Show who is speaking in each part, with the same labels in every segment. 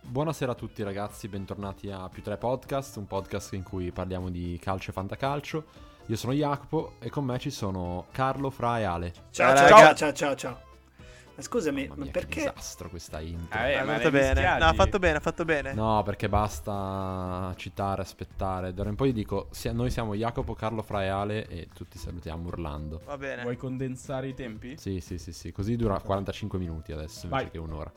Speaker 1: Buonasera a tutti ragazzi, bentornati a Più 3 Podcast, un podcast in cui parliamo di calcio e fantacalcio. Io sono Jacopo e con me ci sono Carlo, Fra e Ale.
Speaker 2: Ciao,
Speaker 3: Ciao,
Speaker 2: ciao, ciao,
Speaker 3: raga.
Speaker 2: ciao, ciao, Ma scusami,
Speaker 1: Mamma
Speaker 2: ma
Speaker 1: mia, che
Speaker 2: perché?
Speaker 1: disastro questa
Speaker 2: Ah,
Speaker 1: intro.
Speaker 3: Eh,
Speaker 4: Eh,
Speaker 3: è
Speaker 4: ma
Speaker 3: andata
Speaker 4: ne
Speaker 3: bene.
Speaker 4: mischiati.
Speaker 3: No, ha fatto bene, ha fatto bene.
Speaker 1: No, perché basta citare, aspettare. D'ora in poi dico, sia- noi siamo Jacopo, Carlo, Fra e Ale e tutti salutiamo urlando.
Speaker 3: Va bene.
Speaker 4: Vuoi condensare i tempi?
Speaker 1: Sì, sì, sì, sì, così dura 45 minuti adesso invece
Speaker 4: Vai.
Speaker 1: che un'ora.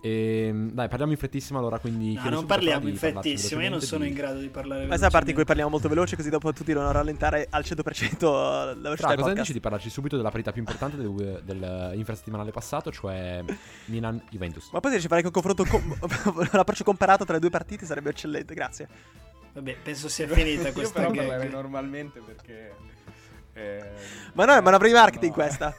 Speaker 1: Ehm, dai, parliamo in frettissima allora, quindi...
Speaker 2: No,
Speaker 1: chiedo
Speaker 2: non
Speaker 1: subito a Fra
Speaker 2: parliamo
Speaker 1: di
Speaker 2: in
Speaker 1: parlarci
Speaker 2: fettissimo, io non
Speaker 1: velocemente
Speaker 2: sono
Speaker 1: di-
Speaker 2: in grado di parlare
Speaker 3: Questa è la parte in
Speaker 2: velocemente.
Speaker 3: cui parliamo molto veloce, così dopo tutti devono rallentare al 100% la
Speaker 1: Fra,
Speaker 3: velocità
Speaker 1: Cioè,
Speaker 3: del
Speaker 1: cosa ne
Speaker 3: podcast.
Speaker 1: dici di parlarci subito della parità più importante del, del infrasettimanale passato, cioè Milan-Juventus?
Speaker 3: Ma poi riesci a fare che un confronto, com- un approccio comparato tra le due partite sarebbe eccellente, grazie.
Speaker 2: Vabbè, penso sia finita
Speaker 4: Io
Speaker 2: questa
Speaker 4: però parlerei
Speaker 2: gag.
Speaker 4: normalmente perché... eh,
Speaker 3: Ma no, è manovra di marketing
Speaker 4: no.
Speaker 3: questa.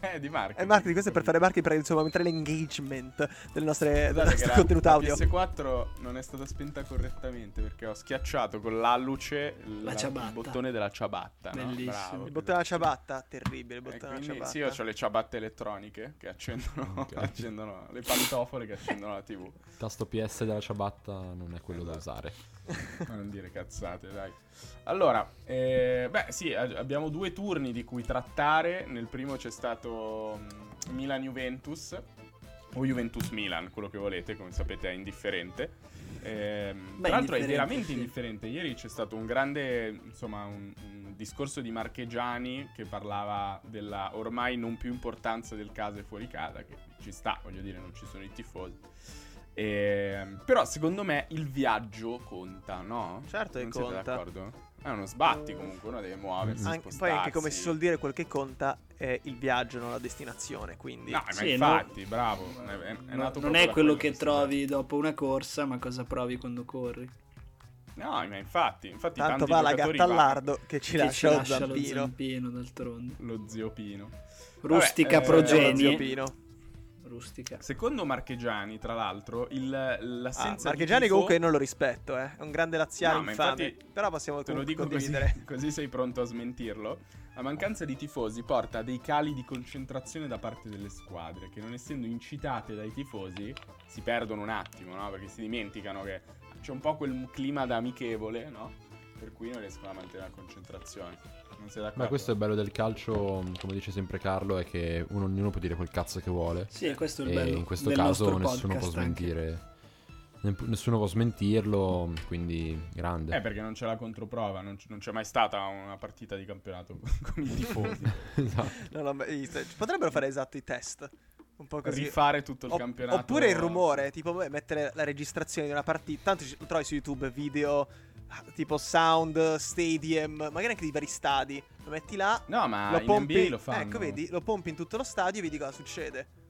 Speaker 4: è di marketing.
Speaker 3: È marketing, questo è per fare marketing, per insomma, aumentare l'engagement delle nostre, del
Speaker 4: Guardate che
Speaker 3: nostro
Speaker 4: la,
Speaker 3: contenuto
Speaker 4: la
Speaker 3: audio.
Speaker 4: PS4 non è stata spenta correttamente perché ho schiacciato con la luce
Speaker 2: La ciabatta.
Speaker 4: il bottone della ciabatta. no?
Speaker 2: Bellissimo.
Speaker 4: Bravo.
Speaker 3: Il bottone della ciabatta, terribile il
Speaker 4: E
Speaker 3: bottone della
Speaker 4: Eh, quindi
Speaker 3: ciabatta.
Speaker 4: sì, io ho le ciabatte elettroniche che accendono,
Speaker 1: Ok.
Speaker 4: accendono le pantofole che accendono la tv.
Speaker 1: Il tasto PS della ciabatta non è quello da
Speaker 2: Esatto.
Speaker 1: usare.
Speaker 4: Ma non dire cazzate, dai. Allora, eh, beh, sì, a- abbiamo due turni di cui trattare. Nel primo c'è stato mh, Milan-Juventus, o Juventus-Milan, quello che volete, come sapete è indifferente. Ehm,
Speaker 2: Beh,
Speaker 4: tra l'altro è
Speaker 2: indifferente,
Speaker 4: veramente
Speaker 2: sì.
Speaker 4: indifferente. Ieri c'è stato un grande, insomma, un, un discorso di Marchegiani che parlava della ormai non più importanza del caso e fuori casa, che ci sta, voglio dire, non ci sono i tifosi. Ehm, però secondo me il viaggio conta, no?
Speaker 3: Certo che
Speaker 4: non siete
Speaker 3: conta.
Speaker 4: d'accordo? È uno sbatti comunque, uno deve muoversi,
Speaker 3: Anche- poi
Speaker 4: spostarsi.
Speaker 3: anche come si suol dire, quel che conta è il viaggio, non la destinazione, quindi...
Speaker 4: No, ma
Speaker 2: Sì,
Speaker 4: infatti, bravo. È, Eh, è- è
Speaker 2: No,
Speaker 4: nato
Speaker 2: non
Speaker 4: proprio
Speaker 2: è
Speaker 4: da
Speaker 2: quello
Speaker 4: quello
Speaker 2: che
Speaker 4: si tratta.
Speaker 2: trovi dopo una corsa, ma cosa provi quando corri.
Speaker 4: No, ma infatti, infatti
Speaker 3: Tanto
Speaker 4: tanti
Speaker 3: va la
Speaker 4: giocatori
Speaker 3: gatta
Speaker 4: vanno-
Speaker 3: all'ardo che ci
Speaker 2: Che
Speaker 3: lascia,
Speaker 2: ci lascia
Speaker 3: lo
Speaker 2: lo
Speaker 3: zampino.
Speaker 2: zampino, d'altronde.
Speaker 4: Lo zio Pino.
Speaker 2: Rustica
Speaker 4: eh,
Speaker 3: Lo
Speaker 2: progenie.
Speaker 3: zio Pino.
Speaker 2: Rustica.
Speaker 4: Secondo Marchegiani, tra l'altro, il,
Speaker 3: Ah,
Speaker 4: l'assenza di
Speaker 3: Marchegiani
Speaker 4: tifo-
Speaker 3: comunque non lo rispetto, eh. È un grande laziale
Speaker 4: No, ma
Speaker 3: infame.
Speaker 4: infatti
Speaker 3: Però possiamo
Speaker 4: Te lo
Speaker 3: comunque
Speaker 4: dico così,
Speaker 3: condividere.
Speaker 4: così sei pronto a smentirlo. La mancanza di tifosi porta a dei cali di concentrazione da parte delle squadre che non essendo incitate dai tifosi si perdono un attimo, no? Perché si dimenticano che c'è un po' quel clima da amichevole, no? Per cui non riescono a mantenere la concentrazione. Non sei d'accordo?
Speaker 1: Ma questo è il bello del calcio, come dice sempre Carlo, è che uno- ognuno può dire quel cazzo che vuole.
Speaker 2: Sì, questo è il
Speaker 1: e
Speaker 2: bello.
Speaker 1: in questo
Speaker 2: del
Speaker 1: caso
Speaker 2: nostro
Speaker 1: nessuno può
Speaker 2: podcast anche.
Speaker 1: smentire. Nepp- Nessuno può smentirlo, quindi grande.
Speaker 4: Eh, perché non c'è la controprova, non, c- non c'è mai stata una partita di campionato con i tifosi.
Speaker 1: Esatto.
Speaker 3: Non l'ho mai visto. Potrebbero fare esatto i test. Un po' così.
Speaker 4: Rifare tutto il
Speaker 3: Opp-
Speaker 4: campionato.
Speaker 3: Oppure il rumore, tipo beh, mettere la registrazione di una partita. Tanto ci- trovi su YouTube video ah, tipo sound, stadium, magari anche di vari stadi. Lo metti là,
Speaker 4: No, ma
Speaker 3: lo
Speaker 4: Ah, in
Speaker 3: pompi.
Speaker 4: NBA lo fanno.
Speaker 3: Ecco, vedi, lo pompi in tutto lo stadio e vedi cosa succede.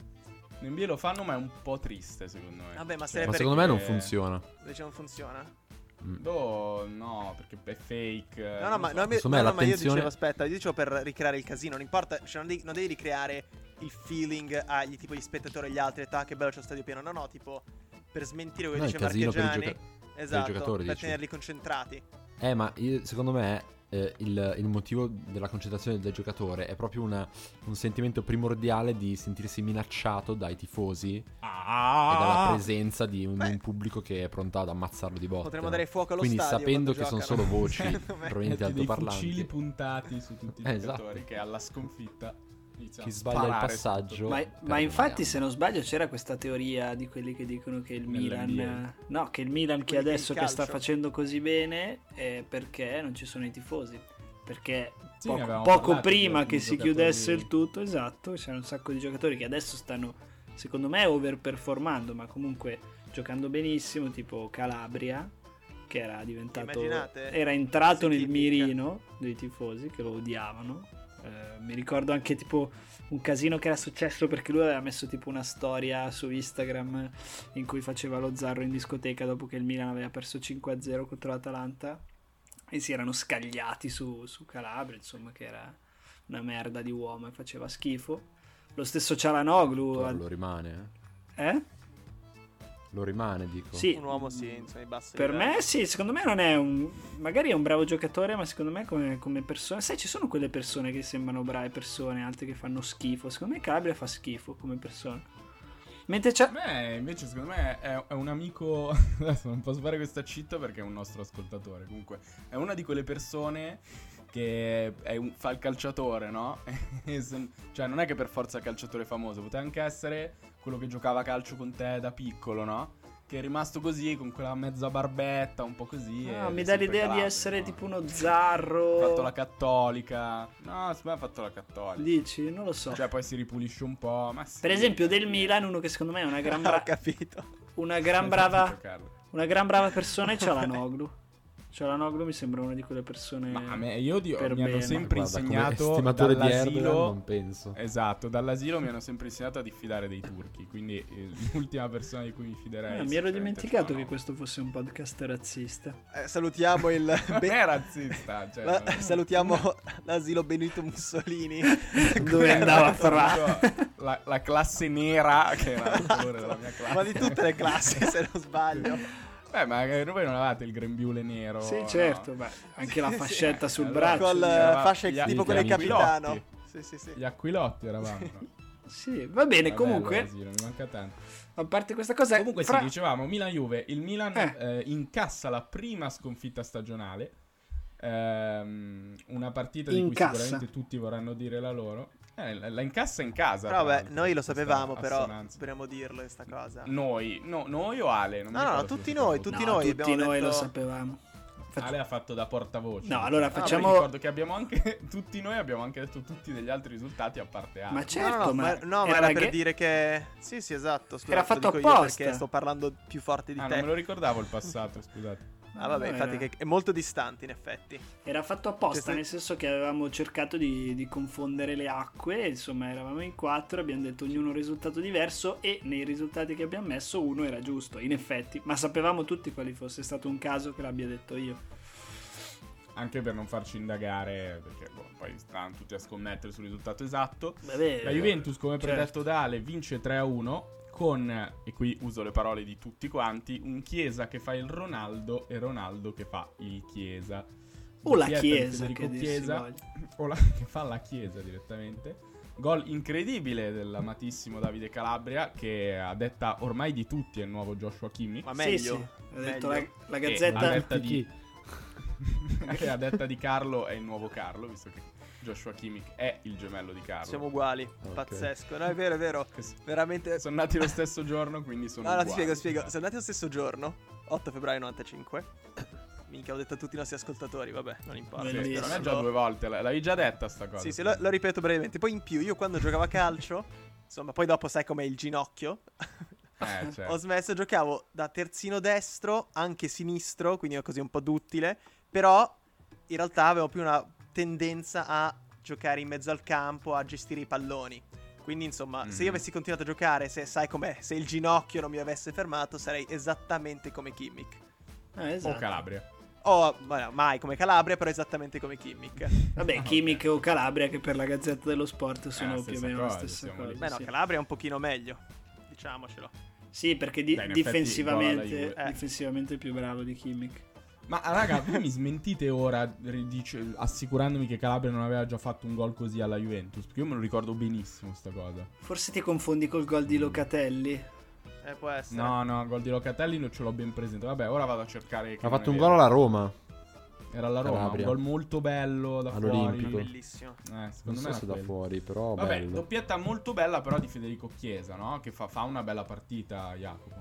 Speaker 4: In NBA lo fanno, ma è un po' triste, secondo me. Cioè,
Speaker 3: Vabbè, ma
Speaker 1: Ma
Speaker 3: sarebbe-
Speaker 1: secondo me non
Speaker 4: perché-
Speaker 1: funziona.
Speaker 3: Invece non funziona.
Speaker 1: Mm.
Speaker 4: Boh, no, perché è fake. eh,
Speaker 3: No, no,
Speaker 4: non
Speaker 3: ma,
Speaker 4: so.
Speaker 3: no, mi-
Speaker 1: Secondo me
Speaker 3: no, no, ma io
Speaker 1: l'attenzione-
Speaker 3: dicevo, aspetta, io dicevo per ricreare il casino, non importa, cioè non devi, non devi ricreare il feeling agli tipo gli spettatori e gli altri, ah che bello c'è lo stadio pieno, no, no, tipo per smentire quello
Speaker 1: No,
Speaker 3: che
Speaker 1: il
Speaker 3: dice
Speaker 1: casino per i
Speaker 3: Marchegiani,
Speaker 1: gioca-
Speaker 3: esatto,
Speaker 1: giocatori,
Speaker 3: per
Speaker 1: dici?
Speaker 3: tenerli concentrati.
Speaker 1: Eh, ma io- secondo me eh, il, il motivo della concentrazione del giocatore è proprio una- un sentimento primordiale di sentirsi minacciato dai tifosi
Speaker 4: Ah,
Speaker 1: e dalla presenza di un,
Speaker 3: Beh.
Speaker 1: un pubblico che è pronto ad ammazzarlo di botte.
Speaker 3: Potremmo
Speaker 1: no?
Speaker 3: dare fuoco allo
Speaker 1: Quindi
Speaker 3: stadio
Speaker 1: sapendo che
Speaker 3: quando
Speaker 1: sono
Speaker 3: giocano.
Speaker 1: solo voci
Speaker 3: Secondo me.
Speaker 1: provenienti da
Speaker 4: Metti dei fucili
Speaker 1: altoparlanti,
Speaker 4: puntati su tutti i
Speaker 1: Eh,
Speaker 4: giocatori
Speaker 1: esatto.
Speaker 4: che alla sconfitta iniziano
Speaker 1: chi
Speaker 4: a
Speaker 1: sbaglia il
Speaker 4: sparare
Speaker 1: passaggio.
Speaker 2: Ma,
Speaker 1: perde
Speaker 2: ma
Speaker 1: una
Speaker 2: infatti,
Speaker 1: gamba.
Speaker 2: se non sbaglio, c'era questa teoria di quelli che dicono che il
Speaker 4: Nell'NBA.
Speaker 2: Milan. No, che il Milan che
Speaker 3: Quelli che
Speaker 2: adesso che sta
Speaker 3: calcio.
Speaker 2: facendo così bene è perché non ci sono i tifosi. Perché
Speaker 4: Sì, ne
Speaker 2: poco,
Speaker 4: avevamo
Speaker 2: poco
Speaker 4: parlato,
Speaker 2: prima
Speaker 4: di
Speaker 2: che si
Speaker 4: giocatori-
Speaker 2: chiudesse il tutto, esatto, c'erano un sacco di giocatori che adesso stanno, secondo me, overperformando, ma comunque giocando benissimo, tipo Calabria, che era diventato...
Speaker 3: Immaginate?
Speaker 2: Era entrato nel
Speaker 3: City
Speaker 2: mirino dei tifosi che lo odiavano. Eh, mi ricordo anche tipo un casino che era successo perché lui aveva messo tipo una storia su Instagram in cui faceva lo zarro in discoteca dopo che il Milan aveva perso 5-0 contro l'Atalanta e si erano scagliati su, su Calabria, insomma, che era una merda di uomo e faceva schifo. Lo stesso Cialanoglu,
Speaker 1: Lo-
Speaker 2: al-
Speaker 1: Lo rimane, eh?
Speaker 2: eh?
Speaker 1: Lo rimane, dico.
Speaker 2: Sì.
Speaker 3: Un uomo sì, insomma, i bassi
Speaker 2: Per
Speaker 3: livelli.
Speaker 2: me sì, secondo me non è un... Magari è un bravo giocatore, ma secondo me come, come persona... Sai, ci sono quelle persone che sembrano brave persone, altre che fanno schifo. Secondo me Calabria fa schifo come persona. Mentre c'è...
Speaker 4: Beh, invece, secondo me è, è un amico. Adesso non posso fare questa citta perché è un nostro ascoltatore. Comunque, è una di quelle persone che è un- fa il calciatore, no? E se- cioè, non è che per forza è calciatore famoso, poteva anche essere quello che giocava a calcio con te da piccolo, no? Che è rimasto così, con quella mezza barbetta, un po' così.
Speaker 2: Ah,
Speaker 4: e
Speaker 2: mi
Speaker 4: è
Speaker 2: dà
Speaker 4: sempre
Speaker 2: l'idea di
Speaker 4: classe,
Speaker 2: essere
Speaker 4: no?
Speaker 2: tipo uno
Speaker 4: Ha fatto la
Speaker 2: zarro.
Speaker 4: cattolica. No, secondo me ha fatto la cattolica.
Speaker 2: Dici? Non lo so.
Speaker 4: Cioè, poi si ripulisce un po'. Ma sì,
Speaker 2: per esempio, del
Speaker 4: cioè,
Speaker 2: Milan, uno che secondo me è una gran, bra-
Speaker 3: Ho capito.
Speaker 2: una gran brava. Una gran brava persona è Cialanoglu. Cialanoglu mi sembra una di quelle persone. Eh,
Speaker 4: Ma a me, io di-
Speaker 2: Mm, Per
Speaker 4: mi hanno
Speaker 2: bene.
Speaker 4: sempre
Speaker 1: Guarda, come
Speaker 4: insegnato
Speaker 1: estimatore di Erdogan
Speaker 4: dall'asilo.
Speaker 1: non penso.
Speaker 4: Esatto, dall'asilo mi hanno sempre insegnato a diffidare dei turchi, quindi eh, l'ultima persona di cui mi fiderei.
Speaker 2: Eh, mi ero dimenticato che questo fosse un podcast razzista.
Speaker 3: Eh, salutiamo il...
Speaker 4: Beh,
Speaker 3: Be-
Speaker 4: è razzista, cioè,
Speaker 3: la-
Speaker 4: non-
Speaker 3: salutiamo l'asilo Benito Mussolini.
Speaker 2: Dove
Speaker 4: Cioè,
Speaker 2: andava a trovare?
Speaker 4: la, la classe nera che era il colore della mia classe.
Speaker 3: Ma di tutte le classi, se non sbaglio.
Speaker 4: Beh, ma eh, voi non avevate il grembiule nero?
Speaker 2: Sì,
Speaker 4: no?
Speaker 2: certo, beh, anche la
Speaker 3: Sì, sì.
Speaker 2: fascetta sul
Speaker 4: Allora,
Speaker 2: braccio. diciamo.
Speaker 3: Con
Speaker 4: Col-
Speaker 3: eh,
Speaker 4: Signora,
Speaker 3: fasce
Speaker 4: gli-
Speaker 3: tipo
Speaker 1: gli
Speaker 3: quelle del
Speaker 4: tranquillotti.
Speaker 3: capitano. Sì, sì, sì.
Speaker 4: Gli aquilotti eravamo.
Speaker 2: Sì, va bene,
Speaker 4: Vabbè,
Speaker 2: comunque,
Speaker 4: l'asilo, mi manca tanto.
Speaker 2: a parte questa cosa,
Speaker 4: Comunque
Speaker 2: fra-
Speaker 4: sì, dicevamo Milan-Juve, il Milan
Speaker 2: Eh.
Speaker 4: eh, incassa la prima sconfitta stagionale, ehm, una partita di
Speaker 2: Incassa.
Speaker 4: cui sicuramente tutti vorranno dire la loro, Eh, la, la incassa in casa.
Speaker 3: Però
Speaker 4: tra
Speaker 3: vabbè,
Speaker 4: l'altro,
Speaker 3: noi lo
Speaker 4: questa
Speaker 3: sapevamo, però
Speaker 4: assonanza.
Speaker 3: dobbiamo dirlo questa cosa.
Speaker 4: Noi, no, noi o Ale? Non mi
Speaker 3: No, no,
Speaker 4: ricordo
Speaker 3: no,
Speaker 4: chi lo
Speaker 3: tutti
Speaker 4: sapeva.
Speaker 3: noi, tutti
Speaker 2: No,
Speaker 3: noi
Speaker 2: tutti
Speaker 3: abbiamo
Speaker 2: noi
Speaker 3: detto-
Speaker 2: lo sapevamo. Fac-
Speaker 4: Ale ha fatto da portavoce.
Speaker 2: No, allora
Speaker 4: Ah, poi
Speaker 2: facciamo-
Speaker 4: ricordo che abbiamo anche. Tutti noi abbiamo anche detto tutti degli altri risultati a parte Ale.
Speaker 2: Ma
Speaker 4: c'è
Speaker 2: certo,
Speaker 3: no, no, no,
Speaker 2: ma,
Speaker 3: no, ma
Speaker 2: era
Speaker 3: era per
Speaker 2: che-
Speaker 3: dire che... Sì, sì, esatto. Scusa,
Speaker 2: Era
Speaker 3: lo
Speaker 2: fatto
Speaker 3: dico io
Speaker 2: apposta.
Speaker 3: Perché sto parlando più forte di
Speaker 4: Ah,
Speaker 3: te.
Speaker 4: non me lo ricordavo il passato, scusate.
Speaker 3: Ah, vabbè,
Speaker 2: No,
Speaker 3: infatti
Speaker 2: era-
Speaker 3: che è molto distante, in effetti.
Speaker 2: Era fatto apposta,
Speaker 3: Cioè, se-
Speaker 2: nel senso che avevamo cercato di, di confondere le acque, insomma eravamo in quattro, abbiamo detto ognuno un risultato diverso e nei risultati che abbiamo messo uno era giusto, in effetti, ma sapevamo tutti quali fosse stato un caso che l'abbia detto io.
Speaker 4: Anche per non farci indagare, perché boh, poi stanno tutti a scommettere sul risultato esatto.
Speaker 2: Vabbè,
Speaker 4: La Juventus, come
Speaker 2: Certo.
Speaker 4: predetto da Ale, vince 3-1 con, e qui uso le parole di tutti quanti, un Chiesa che fa il Ronaldo e Ronaldo che fa il Chiesa.
Speaker 2: o la
Speaker 4: Doppietta di
Speaker 2: Chiesa,
Speaker 4: Federico
Speaker 2: che dir si
Speaker 4: Chiesa,
Speaker 2: voglia.
Speaker 4: o la, che fa la Chiesa direttamente. Gol incredibile dell'amatissimo Davide Calabria che a detta ormai di tutti è il nuovo Joshua Kimi.
Speaker 3: Ma
Speaker 2: Sì,
Speaker 3: meglio.
Speaker 2: sì, ha detto la,
Speaker 3: meglio.
Speaker 2: la
Speaker 4: E
Speaker 2: gazzetta...
Speaker 4: a detta
Speaker 1: Tutti
Speaker 4: di... che a detta di Carlo è il nuovo Carlo, visto che Joshua Kimmich è il gemello di Carlo.
Speaker 3: Siamo uguali. Pazzesco. No, è vero, è vero.
Speaker 4: Che s-
Speaker 3: Veramente...
Speaker 4: Sono nati lo stesso giorno, quindi sono
Speaker 3: No, no, ti
Speaker 4: uguali.
Speaker 3: spiego, spiego. Sono andati lo stesso giorno, 8 febbraio 95. Minchia, ho detto a tutti i nostri ascoltatori, vabbè, non importa.
Speaker 4: Sì,
Speaker 2: Bellissimo.
Speaker 4: non
Speaker 3: Però
Speaker 4: è già
Speaker 3: lo-
Speaker 4: due volte, l- l'avevi già detta sta cosa.
Speaker 3: Sì, sì, lo, lo ripeto brevemente. Poi in più, io quando giocavo a calcio, insomma, poi dopo sai com'è il ginocchio,
Speaker 4: Eh, certo.
Speaker 3: ho smesso, giocavo da terzino destro, anche sinistro, quindi così un po' duttile, però in realtà avevo più una tendenza a giocare in mezzo al campo, a gestire i palloni. Quindi insomma, se io
Speaker 4: Mhm.
Speaker 3: avessi continuato a giocare, se sai com'è, se il ginocchio non mi avesse fermato, sarei esattamente come Kimmich.
Speaker 2: Ah,
Speaker 4: O
Speaker 2: esatto.
Speaker 4: Calabria.
Speaker 3: O ma- mai come Calabria, però esattamente come Kimmich.
Speaker 2: Vabbè,
Speaker 4: Ah,
Speaker 2: Chimiche o Calabria, che per la Gazzetta dello Sport sono più
Speaker 4: la
Speaker 2: o
Speaker 4: stessa
Speaker 2: meno
Speaker 4: cosa,
Speaker 2: la stessa
Speaker 4: siamo
Speaker 2: cosa.
Speaker 4: lì.
Speaker 3: Beh no,
Speaker 2: sì.
Speaker 3: Calabria è un pochino meglio, diciamocelo.
Speaker 2: Sì, perché di-
Speaker 4: Beh, in effetti,
Speaker 2: difensivamente,
Speaker 4: gol alla
Speaker 3: Juve.
Speaker 2: difensivamente è più bravo di Kimmich.
Speaker 4: Ma raga, voi mi smentite ora ri- dice- assicurandomi che Calabria non aveva già fatto un gol così alla Juventus? Perché io me lo ricordo benissimo sta cosa.
Speaker 2: Forse ti confondi col gol
Speaker 4: Mm.
Speaker 2: di Locatelli.
Speaker 3: Eh, può essere.
Speaker 4: No, no, gol di Locatelli non ce l'ho ben presente. Vabbè, ora vado a cercare. che
Speaker 1: Ha
Speaker 4: non
Speaker 1: fatto
Speaker 4: è
Speaker 1: un
Speaker 4: vero.
Speaker 1: gol alla Roma.
Speaker 4: Era alla Roma,
Speaker 1: Calabria.
Speaker 4: un gol molto bello da
Speaker 1: All'Olimpico.
Speaker 4: fuori.
Speaker 3: Bellissimo.
Speaker 4: Eh,
Speaker 1: Non
Speaker 4: secondo me
Speaker 1: so
Speaker 4: era
Speaker 1: se da
Speaker 4: quello.
Speaker 1: fuori, però
Speaker 4: Vabbè,
Speaker 1: bello.
Speaker 4: doppietta molto bella però di Federico Chiesa, no? Che fa, fa una bella partita, Jacopo.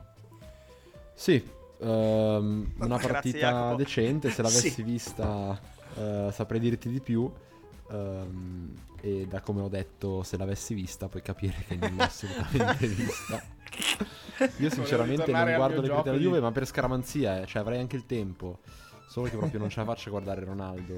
Speaker 1: Sì, ehm, una
Speaker 3: Grazie,
Speaker 1: partita
Speaker 3: Jacopo.
Speaker 1: decente, se l'avessi
Speaker 2: Sì.
Speaker 1: vista eh, saprei dirti di più. ehm, e da come ho detto, se l'avessi vista, puoi capire che non l'ho assolutamente vista. Io sinceramente
Speaker 4: ritornare
Speaker 1: non
Speaker 4: al
Speaker 1: guardo
Speaker 4: mio
Speaker 1: le partite della
Speaker 4: gioco di-
Speaker 1: Juve, ma per scaramanzia, eh, cioè avrei anche il tempo. Solo che proprio non ce la faccio a guardare Ronaldo.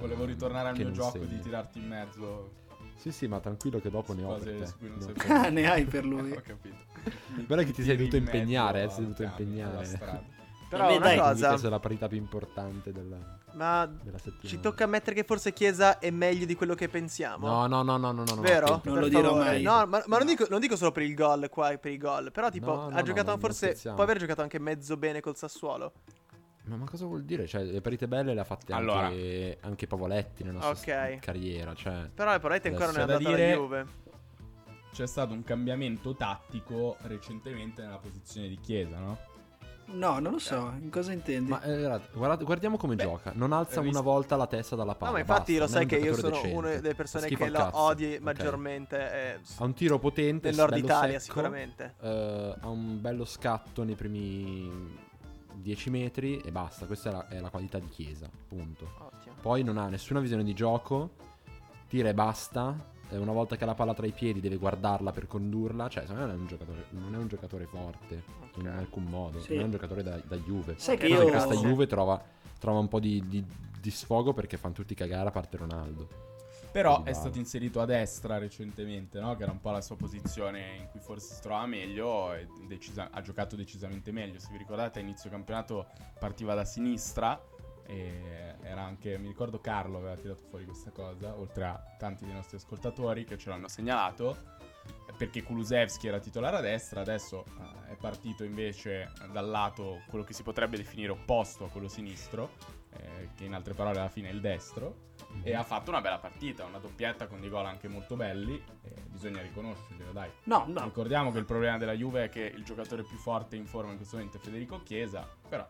Speaker 4: Volevo
Speaker 1: ehm,
Speaker 4: ritornare al
Speaker 1: che
Speaker 4: mio
Speaker 1: non
Speaker 4: gioco
Speaker 1: segna.
Speaker 4: di tirarti in mezzo
Speaker 1: Sì, sì, ma tranquillo che dopo ne ho
Speaker 4: cose
Speaker 1: per te.
Speaker 4: su cui non
Speaker 1: Ne ho
Speaker 4: sei
Speaker 1: per te.
Speaker 2: Ah, ne hai per lui.
Speaker 4: Ho capito.
Speaker 1: Però è che ti sei
Speaker 4: Tiri
Speaker 1: dovuto
Speaker 4: in mezzo
Speaker 1: impegnare, eh, ti sei
Speaker 4: alla
Speaker 1: dovuto
Speaker 4: camera,
Speaker 1: impegnare.
Speaker 4: alla strada.
Speaker 3: Però
Speaker 1: Eh,
Speaker 2: Vabbè,
Speaker 3: una
Speaker 2: dai.
Speaker 1: Quindi
Speaker 3: cosa,
Speaker 1: questa è la partita più importante della,
Speaker 3: ma
Speaker 1: della settimana.
Speaker 3: ci tocca ammettere che forse Chiesa è meglio di quello che pensiamo.
Speaker 1: No, no, no, no, no, no. no,
Speaker 3: Vero?
Speaker 1: attento.
Speaker 2: Non
Speaker 3: Per
Speaker 2: lo dirò
Speaker 3: favore.
Speaker 2: mai.
Speaker 3: No, ma, ma non, dico, non dico solo per il gol qua, per i gol. Però, tipo,
Speaker 1: No, no,
Speaker 3: ha
Speaker 1: no,
Speaker 3: giocato
Speaker 1: non
Speaker 3: forse.
Speaker 1: scherziamo.
Speaker 3: Può aver giocato anche mezzo bene col Sassuolo.
Speaker 1: Ma, ma cosa vuol dire? Cioè, le partite belle le ha fatte
Speaker 4: Allora.
Speaker 1: anche, anche Pavoletti nella sua
Speaker 3: Ok.
Speaker 1: carriera, cioè...
Speaker 3: Però la Parete ancora non è
Speaker 1: Adesso
Speaker 4: c'è da
Speaker 3: andata alla
Speaker 4: dire-
Speaker 3: Juve.
Speaker 4: c'è stato un cambiamento tattico recentemente nella posizione di Chiesa, no?
Speaker 2: No, non lo
Speaker 3: Eh.
Speaker 2: so, in cosa intendi?
Speaker 1: Ma eh, guarda- guarda- guardiamo come
Speaker 4: Beh,
Speaker 1: gioca. Non alza
Speaker 4: hai visto-
Speaker 1: una volta la testa dalla palla.
Speaker 3: No, ma
Speaker 1: basta,
Speaker 3: infatti lo
Speaker 1: non è
Speaker 3: sai
Speaker 1: un
Speaker 3: che io
Speaker 1: giocatore
Speaker 3: sono
Speaker 1: decente.
Speaker 3: una delle persone
Speaker 1: Schifo
Speaker 3: che
Speaker 1: al
Speaker 3: lo
Speaker 1: cazzo.
Speaker 3: odi
Speaker 1: Ok.
Speaker 3: maggiormente eh, s-
Speaker 1: Ha un tiro potente.
Speaker 3: nel nord
Speaker 1: bello
Speaker 3: Italia
Speaker 1: secco,
Speaker 3: sicuramente.
Speaker 1: eh, ha un bello scatto nei primi 10 metri e basta. Questa è la, è la qualità di Chiesa, punto.
Speaker 3: Ottimo.
Speaker 1: Poi non ha nessuna visione di gioco. Tira e basta. Eh, Una volta che ha la palla tra i piedi deve guardarla per condurla. Cioè, secondo me non è un giocatore, non è un giocatore forte in
Speaker 3: Ok.
Speaker 1: alcun modo.
Speaker 2: Sì.
Speaker 1: Non è un giocatore da, da Juve.
Speaker 2: Sai che
Speaker 3: Io-
Speaker 1: Però
Speaker 2: io...
Speaker 1: in questa Juve trova, trova un po' di, di- di sfogo perché fanno tutti cagare a parte Ronaldo.
Speaker 4: Però
Speaker 1: Dybala.
Speaker 4: è stato inserito a destra recentemente, no? Che era un po' la sua posizione in cui forse si trovava meglio e decisa- ha giocato decisamente meglio. Se vi ricordate a inizio campionato partiva da sinistra e era anche, mi ricordo Carlo aveva tirato fuori questa cosa, oltre a tanti dei nostri ascoltatori che ce l'hanno segnalato, perché Kulusevski era titolare a destra, adesso eh, è partito invece dal lato, quello che si potrebbe definire opposto a quello sinistro, eh, che in altre parole alla fine è il destro, Mhm. e ha fatto una bella partita, una doppietta con dei gol anche molto belli, eh, bisogna riconoscerglielo, dai.
Speaker 2: No, no,
Speaker 4: Ricordiamo che il problema della Juve è che il giocatore più forte in forma in questo momento è Federico Chiesa, però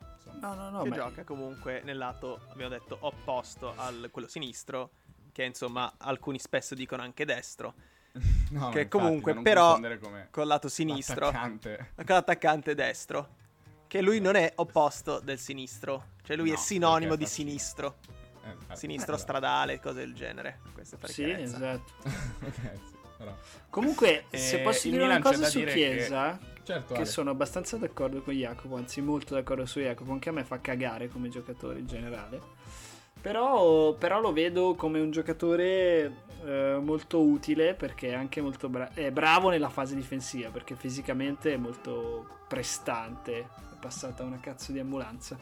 Speaker 2: no,
Speaker 4: insomma,
Speaker 2: no, no,
Speaker 3: che
Speaker 2: Oh, ma-
Speaker 3: gioca comunque nel lato, abbiamo detto, opposto al quello sinistro, che insomma alcuni spesso dicono anche destro,
Speaker 4: no, ma
Speaker 3: che
Speaker 4: infatti,
Speaker 3: comunque
Speaker 4: ma non
Speaker 3: però
Speaker 4: confondere come
Speaker 3: col lato sinistro, con
Speaker 4: l'attaccante.
Speaker 3: l'attaccante destro, che lui non è opposto del sinistro, cioè lui
Speaker 4: No,
Speaker 3: è sinonimo
Speaker 4: perché
Speaker 3: di
Speaker 4: fa-
Speaker 3: sinistro,
Speaker 4: Eh, esatto,
Speaker 3: sinistro
Speaker 4: però-
Speaker 3: stradale, cose del genere, questo per
Speaker 2: Sì,
Speaker 3: chiarezza.
Speaker 2: esatto.
Speaker 4: ok, sì, però.
Speaker 2: Comunque,
Speaker 4: Eh,
Speaker 2: se posso
Speaker 4: il
Speaker 2: dire
Speaker 4: Milan
Speaker 2: una
Speaker 4: c'è
Speaker 2: cosa
Speaker 4: da
Speaker 2: su
Speaker 4: dire
Speaker 2: Chiesa,
Speaker 4: Certo,
Speaker 2: che
Speaker 4: Ale.
Speaker 2: sono abbastanza d'accordo con Jacopo, anzi molto d'accordo su Jacopo, anche a me fa cagare come giocatore in generale. Però, però lo vedo come un giocatore eh, molto utile perché è anche molto bra- è bravo nella fase difensiva perché fisicamente è molto prestante. È passata una cazzo di ambulanza.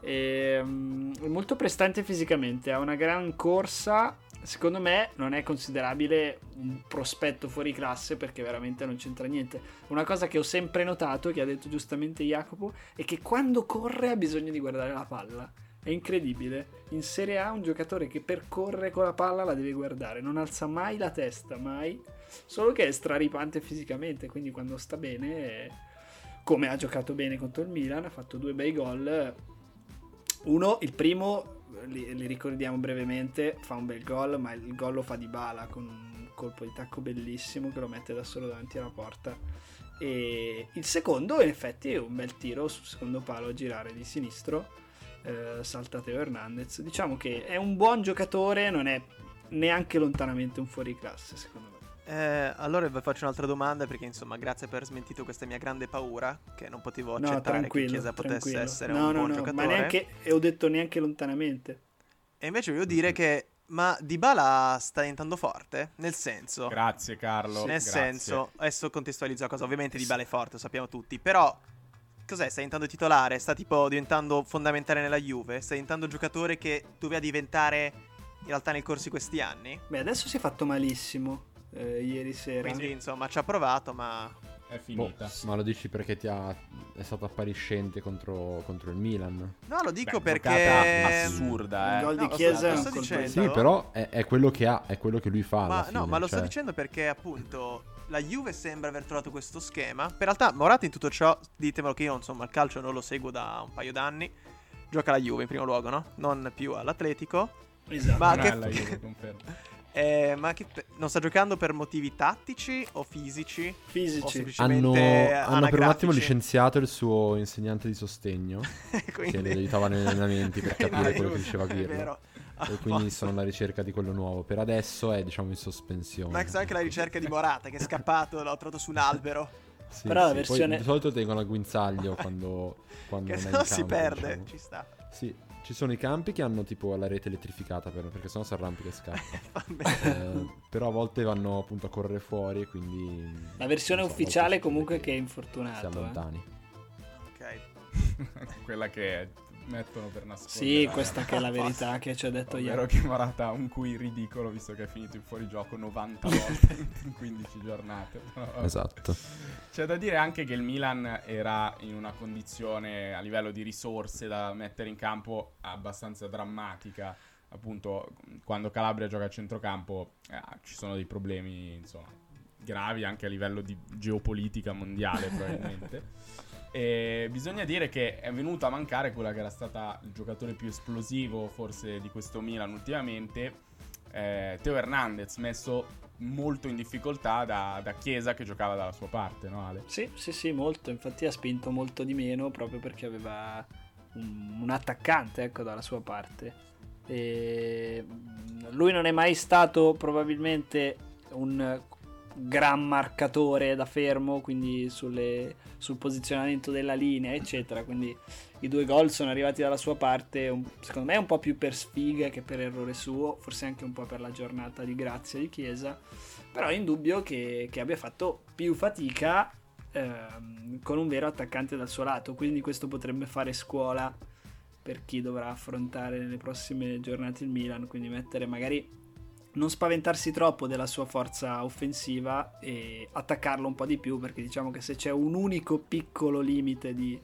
Speaker 2: E, mm, è molto prestante fisicamente, ha una gran corsa. Secondo me non è considerabile un prospetto fuori classe perché veramente non c'entra niente. Una cosa che ho sempre notato, che ha detto giustamente Jacopo, è che quando corre ha bisogno di guardare la palla. È incredibile. In Serie A un giocatore che percorre con la palla la deve guardare, non alza mai la testa, mai. Solo che è straripante fisicamente, quindi quando sta bene, eh, come ha giocato bene contro il Milan, ha fatto due bei gol. Uno, il primo, li, li ricordiamo brevemente, fa un bel gol, ma il gol lo fa di bala con un colpo di tacco bellissimo che lo mette da solo davanti alla porta. E il secondo, in effetti, è un bel tiro sul secondo palo a girare di sinistro. eh, salta Teo Hernandez. Diciamo che è un buon giocatore, non è neanche lontanamente un fuoriclasse, secondo me.
Speaker 3: Eh, allora vi faccio un'altra domanda perché insomma grazie per smentito questa mia grande paura che non potevo
Speaker 2: No,
Speaker 3: accettare che
Speaker 2: tranquillo.
Speaker 3: Chiesa potesse
Speaker 2: tranquillo.
Speaker 3: essere
Speaker 2: no,
Speaker 3: un
Speaker 2: no,
Speaker 3: buon
Speaker 2: no,
Speaker 3: giocatore.
Speaker 2: Ma neanche, e ho detto neanche lontanamente.
Speaker 3: E invece voglio dire che ma Dybala sta diventando forte, nel senso
Speaker 4: Grazie Carlo.
Speaker 3: nel
Speaker 4: grazie.
Speaker 3: senso, adesso contestualizzo la cosa, ovviamente Dybala è forte, lo sappiamo tutti, però cos'è? Sta diventando titolare, sta tipo diventando fondamentale nella Juve, sta diventando giocatore che doveva diventare in realtà nel corso di questi anni.
Speaker 2: Beh, adesso si è fatto malissimo eh, ieri sera.
Speaker 3: Quindi insomma ci ha provato, ma
Speaker 4: È
Speaker 1: Boh,
Speaker 4: finita.
Speaker 1: ma lo dici perché ti ha, è stato appariscente contro, contro il Milan?
Speaker 3: no, lo dico
Speaker 4: Beh,
Speaker 3: perché ehm,
Speaker 4: giocata assurda,
Speaker 2: Il
Speaker 4: eh.
Speaker 2: gol di
Speaker 3: no,
Speaker 2: Chiesa
Speaker 3: lo
Speaker 2: è un
Speaker 3: sto
Speaker 2: colpo di
Speaker 3: dicendo.
Speaker 1: Sì,
Speaker 3: Però-
Speaker 1: però è, è quello che ha, è quello che lui fa. alla
Speaker 3: Ma
Speaker 1: fine,
Speaker 3: no, ma lo sto
Speaker 1: cioè-
Speaker 3: dicendo perché appunto la Juve sembra aver trovato questo schema. Per realtà Morata in tutto ciò, ditemelo che io insomma il calcio non lo seguo da un paio d'anni. Gioca alla Juve in primo luogo, no? Non più all'Atletico.
Speaker 2: Esatto.
Speaker 3: Ma
Speaker 4: Non
Speaker 3: che-
Speaker 4: è la Juve, confermo.
Speaker 3: Eh, ma che pe- non sta giocando per motivi tattici o fisici? O
Speaker 2: Fisici.
Speaker 1: Hanno,
Speaker 3: semplicemente
Speaker 1: hanno per un attimo
Speaker 3: anagrafici?
Speaker 1: licenziato il suo insegnante di sostegno che lo
Speaker 3: Quindi-
Speaker 1: aiutava negli allenamenti per
Speaker 3: Quindi-
Speaker 1: capire quello che diceva
Speaker 3: È
Speaker 1: Pirlo.
Speaker 3: vero.
Speaker 1: E quindi sono alla ricerca di quello nuovo. Per adesso è diciamo in sospensione.
Speaker 3: Max anche la ricerca di Morata che è scappato, l'ho trovato su un albero.
Speaker 1: Sì,
Speaker 2: Però la
Speaker 1: sì, poi
Speaker 2: versione-
Speaker 1: di solito tengono a guinzaglio quando, quando
Speaker 3: che
Speaker 1: non è
Speaker 3: se
Speaker 1: in
Speaker 3: no si
Speaker 1: campo,
Speaker 3: perde,
Speaker 1: diciamo.
Speaker 3: ci sta.
Speaker 1: Sì, ci sono i campi che hanno tipo la rete elettrificata per, perché sennò si arrampica e scappa.
Speaker 3: Va bene.
Speaker 1: Eh, però a volte vanno appunto a correre fuori e quindi...
Speaker 2: La versione
Speaker 1: non so, a volte
Speaker 2: ufficiale
Speaker 1: succede
Speaker 2: comunque che è infortunato.
Speaker 1: Siamo
Speaker 2: eh.
Speaker 1: lontani.
Speaker 3: Ok.
Speaker 4: Quella che mettono per nascondere.
Speaker 2: Sì,
Speaker 4: la-
Speaker 2: questa che è la verità che ci ha detto
Speaker 4: Ovvero
Speaker 2: Jacopo.
Speaker 4: che Morata ha un cui ridicolo visto che è finito in fuorigioco 90 volte in 15 giornate. Però-
Speaker 1: Esatto.
Speaker 4: C'è da dire anche che il Milan era in una condizione a livello di risorse da mettere in campo abbastanza drammatica. Appunto, quando Calabria gioca a centrocampo eh, ci sono dei problemi, insomma, gravi anche a livello di geopolitica mondiale probabilmente. E bisogna dire che è venuta a mancare quella che era stata il giocatore più esplosivo forse di questo Milan ultimamente, eh, Teo Hernandez, messo molto in difficoltà da, da Chiesa che giocava dalla sua parte, no Ale?
Speaker 2: Sì, sì, sì, molto. Infatti ha spinto molto di meno proprio perché aveva un, un attaccante, ecco, dalla sua parte. E mm, lui non è mai stato probabilmente un eh, gran marcatore da fermo, quindi sulle- sul posizionamento della linea, eccetera. Quindi i due gol sono arrivati dalla sua parte, un- secondo me un po' più per sfiga che per errore suo, forse anche un po' per la giornata di grazia di Chiesa, però è indubbio che, che abbia fatto più fatica ehm, con un vero attaccante dal suo lato, quindi questo potrebbe fare scuola per chi dovrà affrontare nelle prossime giornate il Milan, quindi mettere magari non spaventarsi troppo della sua forza offensiva e attaccarlo un po' di più, perché diciamo che se c'è un unico piccolo limite di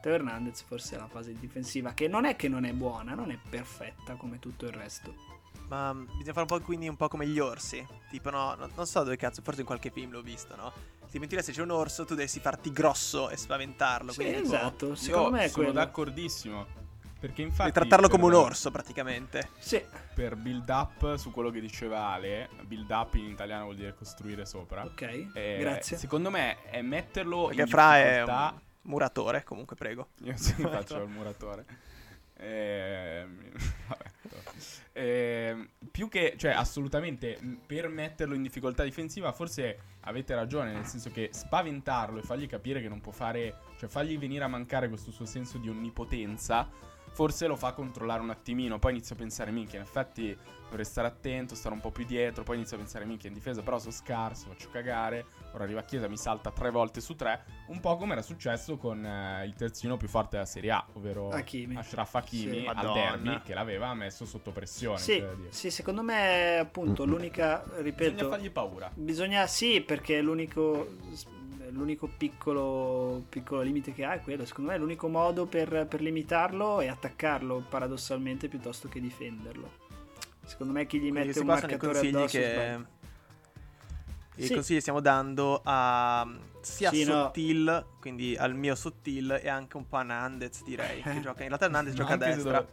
Speaker 2: Teo Hernandez, forse è la fase difensiva, che non è che non è buona, non è perfetta come tutto il resto.
Speaker 3: Ma mm, bisogna fare un po', quindi un po' come gli orsi. Tipo, no, no- non so dove cazzo, forse in qualche film l'ho visto, no? Ti metti là se c'è un orso, tu devi farti grosso e spaventarlo.
Speaker 2: Sì,
Speaker 3: quindi, tipo,
Speaker 2: esatto,
Speaker 4: Io
Speaker 2: secondo me è
Speaker 4: sono
Speaker 2: quello.
Speaker 4: d'accordissimo. Perché
Speaker 3: devi
Speaker 4: infatti
Speaker 3: trattarlo come un
Speaker 4: per-
Speaker 3: orso, praticamente.
Speaker 2: Sì,
Speaker 4: Per build up su quello che diceva Ale, build up in italiano vuol dire costruire sopra.
Speaker 2: ok,
Speaker 4: Eh,
Speaker 2: grazie.
Speaker 4: Secondo me è metterlo
Speaker 3: Perché
Speaker 4: in
Speaker 3: Fra è
Speaker 4: difficoltà.
Speaker 3: Muratore, comunque, prego.
Speaker 4: Io sì, faccio il muratore. Ehm, vabbè, to- Ehm, più che, cioè, assolutamente m- per metterlo in difficoltà difensiva, forse avete ragione, nel senso che spaventarlo e fargli capire che non può fare, cioè fargli venire a mancare questo suo senso di onnipotenza, forse lo fa controllare un attimino. Poi inizio a pensare, minchia, in effetti dovrei stare attento, stare un po' più dietro. Poi inizio a pensare, minchia, in difesa, però sono scarso, faccio cagare. Ora arriva a Chiesa, mi salta tre volte su tre. Un po' come era successo con eh, il terzino più forte della Serie A, ovvero
Speaker 2: Hakimi.
Speaker 4: Ashraf Hakimi
Speaker 2: Ah, Sì.
Speaker 4: al
Speaker 3: Madonna.
Speaker 4: derby che l'aveva messo sotto pressione.
Speaker 2: Sì,
Speaker 4: c'è da dire.
Speaker 2: sì, certo. secondo me appunto
Speaker 1: Mm-mm.
Speaker 2: l'unica,
Speaker 4: Bisogna
Speaker 2: ripeto,
Speaker 4: fargli paura.
Speaker 2: Bisogna sì, perché è l'unico, l'unico piccolo, piccolo limite che ha è quello. Secondo me l'unico modo per, per limitarlo è attaccarlo paradossalmente piuttosto che difenderlo. Secondo me chi gli
Speaker 3: Quindi
Speaker 2: mette
Speaker 3: questi
Speaker 2: un
Speaker 3: qua sono i
Speaker 2: marcatore
Speaker 3: consigli
Speaker 2: addosso
Speaker 3: che.
Speaker 2: sbaglia.
Speaker 3: I
Speaker 2: Sì.
Speaker 3: consigli che stiamo dando a mm, sia
Speaker 2: Sì, no.
Speaker 3: Sottil, quindi al mio Sottil, e anche un po' a Nandez, direi. Che gioca. In realtà Nandez
Speaker 4: Ma
Speaker 3: gioca a
Speaker 4: anche se
Speaker 3: destra.
Speaker 4: dov-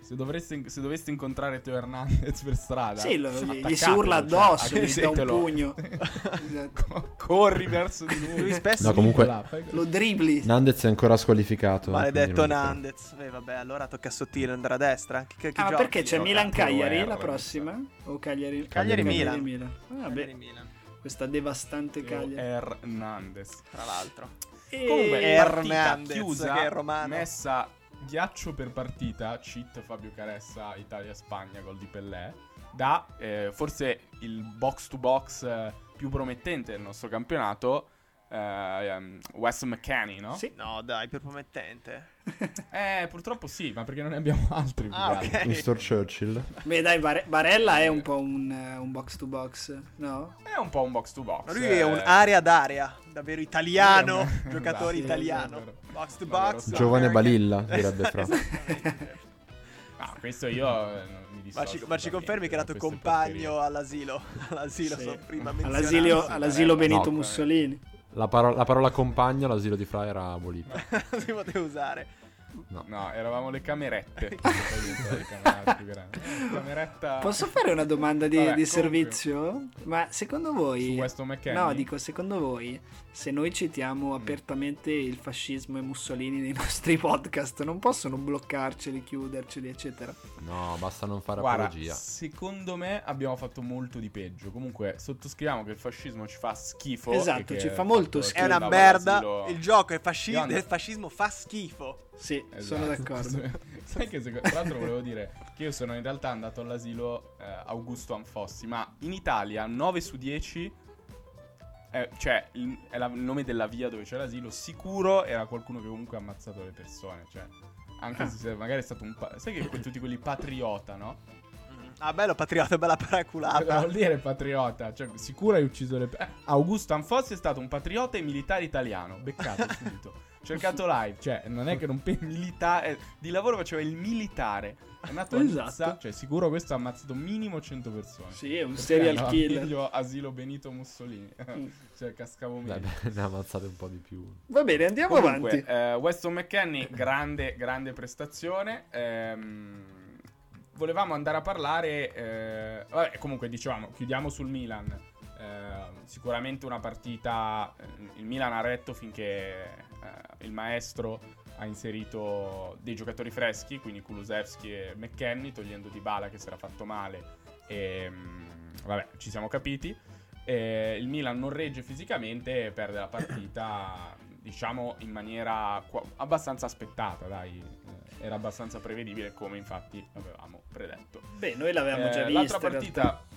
Speaker 4: Se, dovreste- se doveste incontrare Teo Hernandez per strada,
Speaker 2: Sì, lo- gli- gli si
Speaker 4: attaccatelo,
Speaker 2: urla
Speaker 4: cioè,
Speaker 2: addosso, gli dà un
Speaker 4: aggressitelo.
Speaker 2: pugno. Esatto.
Speaker 4: Co- Corri verso di lui.
Speaker 3: Lui spesso
Speaker 1: No, comunque-
Speaker 4: Nicola, fai così.
Speaker 2: Lo dribbli.
Speaker 1: Nandez è ancora squalificato. eh,
Speaker 3: Maledetto
Speaker 1: quindi non-
Speaker 3: Nandez. Eh, vabbè, allora tocca a Sottile andare a destra. Chi, chi
Speaker 2: Ah, ma
Speaker 3: gioca?
Speaker 2: perché c'è
Speaker 4: Io
Speaker 2: Milan
Speaker 4: attacco
Speaker 2: Cagliari
Speaker 4: R,
Speaker 2: la prossima? O Cagliari
Speaker 1: Cagliari
Speaker 3: Milan.
Speaker 2: Milan. Ah, beh,
Speaker 3: Eh, Milan,
Speaker 2: questa devastante
Speaker 4: Teo
Speaker 2: Cagliari.
Speaker 4: Hernandez.
Speaker 3: tra l'altro.
Speaker 2: E-
Speaker 4: eh, Comunque,
Speaker 3: Eh,
Speaker 4: partita
Speaker 3: Hernandez,
Speaker 4: chiusa,
Speaker 3: che è romano.
Speaker 4: messa ghiaccio per partita, cheat Fabio Caressa, Italia-Spagna, gol di Pellè, da eh, forse il box-to-box eh, più promettente del nostro campionato, eh, ehm, Wes McKennie, no?
Speaker 2: Sì.
Speaker 3: No, dai, per promettente.
Speaker 4: Eh, purtroppo sì, ma perché non ne abbiamo altri. più
Speaker 3: Ah,
Speaker 4: che
Speaker 3: ok.
Speaker 4: altro.
Speaker 1: Mr. Churchill.
Speaker 2: Beh, dai, Bare- Barella è un po' un, eh, un box to box, no?
Speaker 4: È un po' un box-to-box.
Speaker 3: Ma lui è un
Speaker 4: eh.
Speaker 3: area d'aria, davvero italiano,
Speaker 4: Sì, è un-
Speaker 3: giocatore
Speaker 4: Sì,
Speaker 3: italiano.
Speaker 4: davvero.
Speaker 3: Box to
Speaker 4: Davvero
Speaker 3: box.
Speaker 4: sì.
Speaker 1: Giovane
Speaker 3: American-
Speaker 1: Balilla, direbbe Fra.
Speaker 3: Esattamente.
Speaker 4: Ah, questo io eh, non mi
Speaker 3: ma,
Speaker 4: dissocio
Speaker 3: ci, ma ci confermi che era
Speaker 4: da
Speaker 3: tuo
Speaker 4: queste
Speaker 3: compagno all'asilo? All'asilo,
Speaker 2: Sì.
Speaker 3: so, prima
Speaker 2: All'asilo,
Speaker 3: menzionato.
Speaker 2: all'asilo
Speaker 4: Barella.
Speaker 2: Benito
Speaker 4: No,
Speaker 2: Mussolini.
Speaker 1: La, paro- la parola compagno all'asilo di Fra era abolita.
Speaker 3: si poteva usare.
Speaker 1: No.
Speaker 4: No, eravamo le camerette. Le camerate più grandi. Cameretta
Speaker 2: Posso fare una domanda di,
Speaker 4: Vabbè,
Speaker 2: di
Speaker 4: comunque.
Speaker 2: servizio? Ma secondo
Speaker 4: su eh.
Speaker 2: voi...
Speaker 4: Weston McKennie?
Speaker 2: No, dico, secondo voi, se noi citiamo
Speaker 4: Mm.
Speaker 2: apertamente il fascismo e Mussolini nei nostri podcast, non possono bloccarceli, chiuderceli, eccetera.
Speaker 1: No, basta non fare
Speaker 4: Guarda,
Speaker 1: apologia.
Speaker 4: secondo me abbiamo fatto molto di peggio. Comunque, sottoscriviamo che il fascismo ci fa schifo.
Speaker 2: Esatto,
Speaker 4: e che
Speaker 2: ci fa molto
Speaker 4: fatto-
Speaker 2: schifo.
Speaker 3: È una
Speaker 4: andava
Speaker 3: merda.
Speaker 4: all'asilo-
Speaker 3: Il gioco è fasci-
Speaker 4: Io ando-
Speaker 3: del fascismo fa schifo.
Speaker 2: Sì,
Speaker 4: Esatto.
Speaker 2: sono d'accordo.
Speaker 4: Sai che secondo... tra l'altro volevo dire che io sono in realtà andato all'asilo eh, Augusto Anfossi, ma in Italia 9 su 10 eh, cioè il, è la- il nome della via dove c'è l'asilo, sicuro era qualcuno che comunque ha ammazzato le persone, cioè anche
Speaker 2: Ah.
Speaker 4: se magari è stato un pa- sai che que- tutti quelli patriota, no?
Speaker 3: Mm. Ah, bello patriota, bella
Speaker 4: Cosa
Speaker 3: paraculata.
Speaker 4: Cioè, vuol dire patriota? Cioè, eh, sicuro hai ucciso le persone. Augusto Anfossi è stato un patriota e militare italiano. Beccato subito. cercato live, cioè non è che non pe- milita- eh, di lavoro faceva il militare. È nato a
Speaker 2: Esatto.
Speaker 4: Nizza, cioè sicuro questo ha ammazzato minimo 100 persone.
Speaker 2: Sì, è un
Speaker 4: Perché
Speaker 2: serial
Speaker 4: andava a
Speaker 2: killer. Mm.
Speaker 4: Figlio asilo Benito Mussolini. cioè cascavo meno.
Speaker 1: Vabbè, ne ha ammazzate un po' di più.
Speaker 2: Va bene, andiamo
Speaker 4: Comunque,
Speaker 2: avanti.
Speaker 4: eh, Weston McKenney, grande, grande prestazione. Ehm, volevamo andare a parlare. eh, vabbè, comunque, dicevamo, chiudiamo sul Milan. Ehm, sicuramente una partita. eh, Il Milan ha retto finché eh, il maestro ha inserito dei giocatori freschi, quindi Kulusevski e McKenney, togliendo Di Bala che si era fatto male. E, mm, vabbè, ci siamo capiti. Eh, il Milan non regge fisicamente e perde la partita, diciamo, in maniera qua- abbastanza aspettata, dai. Eh, Era abbastanza prevedibile, come infatti avevamo predetto.
Speaker 2: Beh, noi l'avevamo già
Speaker 4: Eh,
Speaker 2: vista.
Speaker 4: l'altra
Speaker 2: in realtà.
Speaker 4: partita...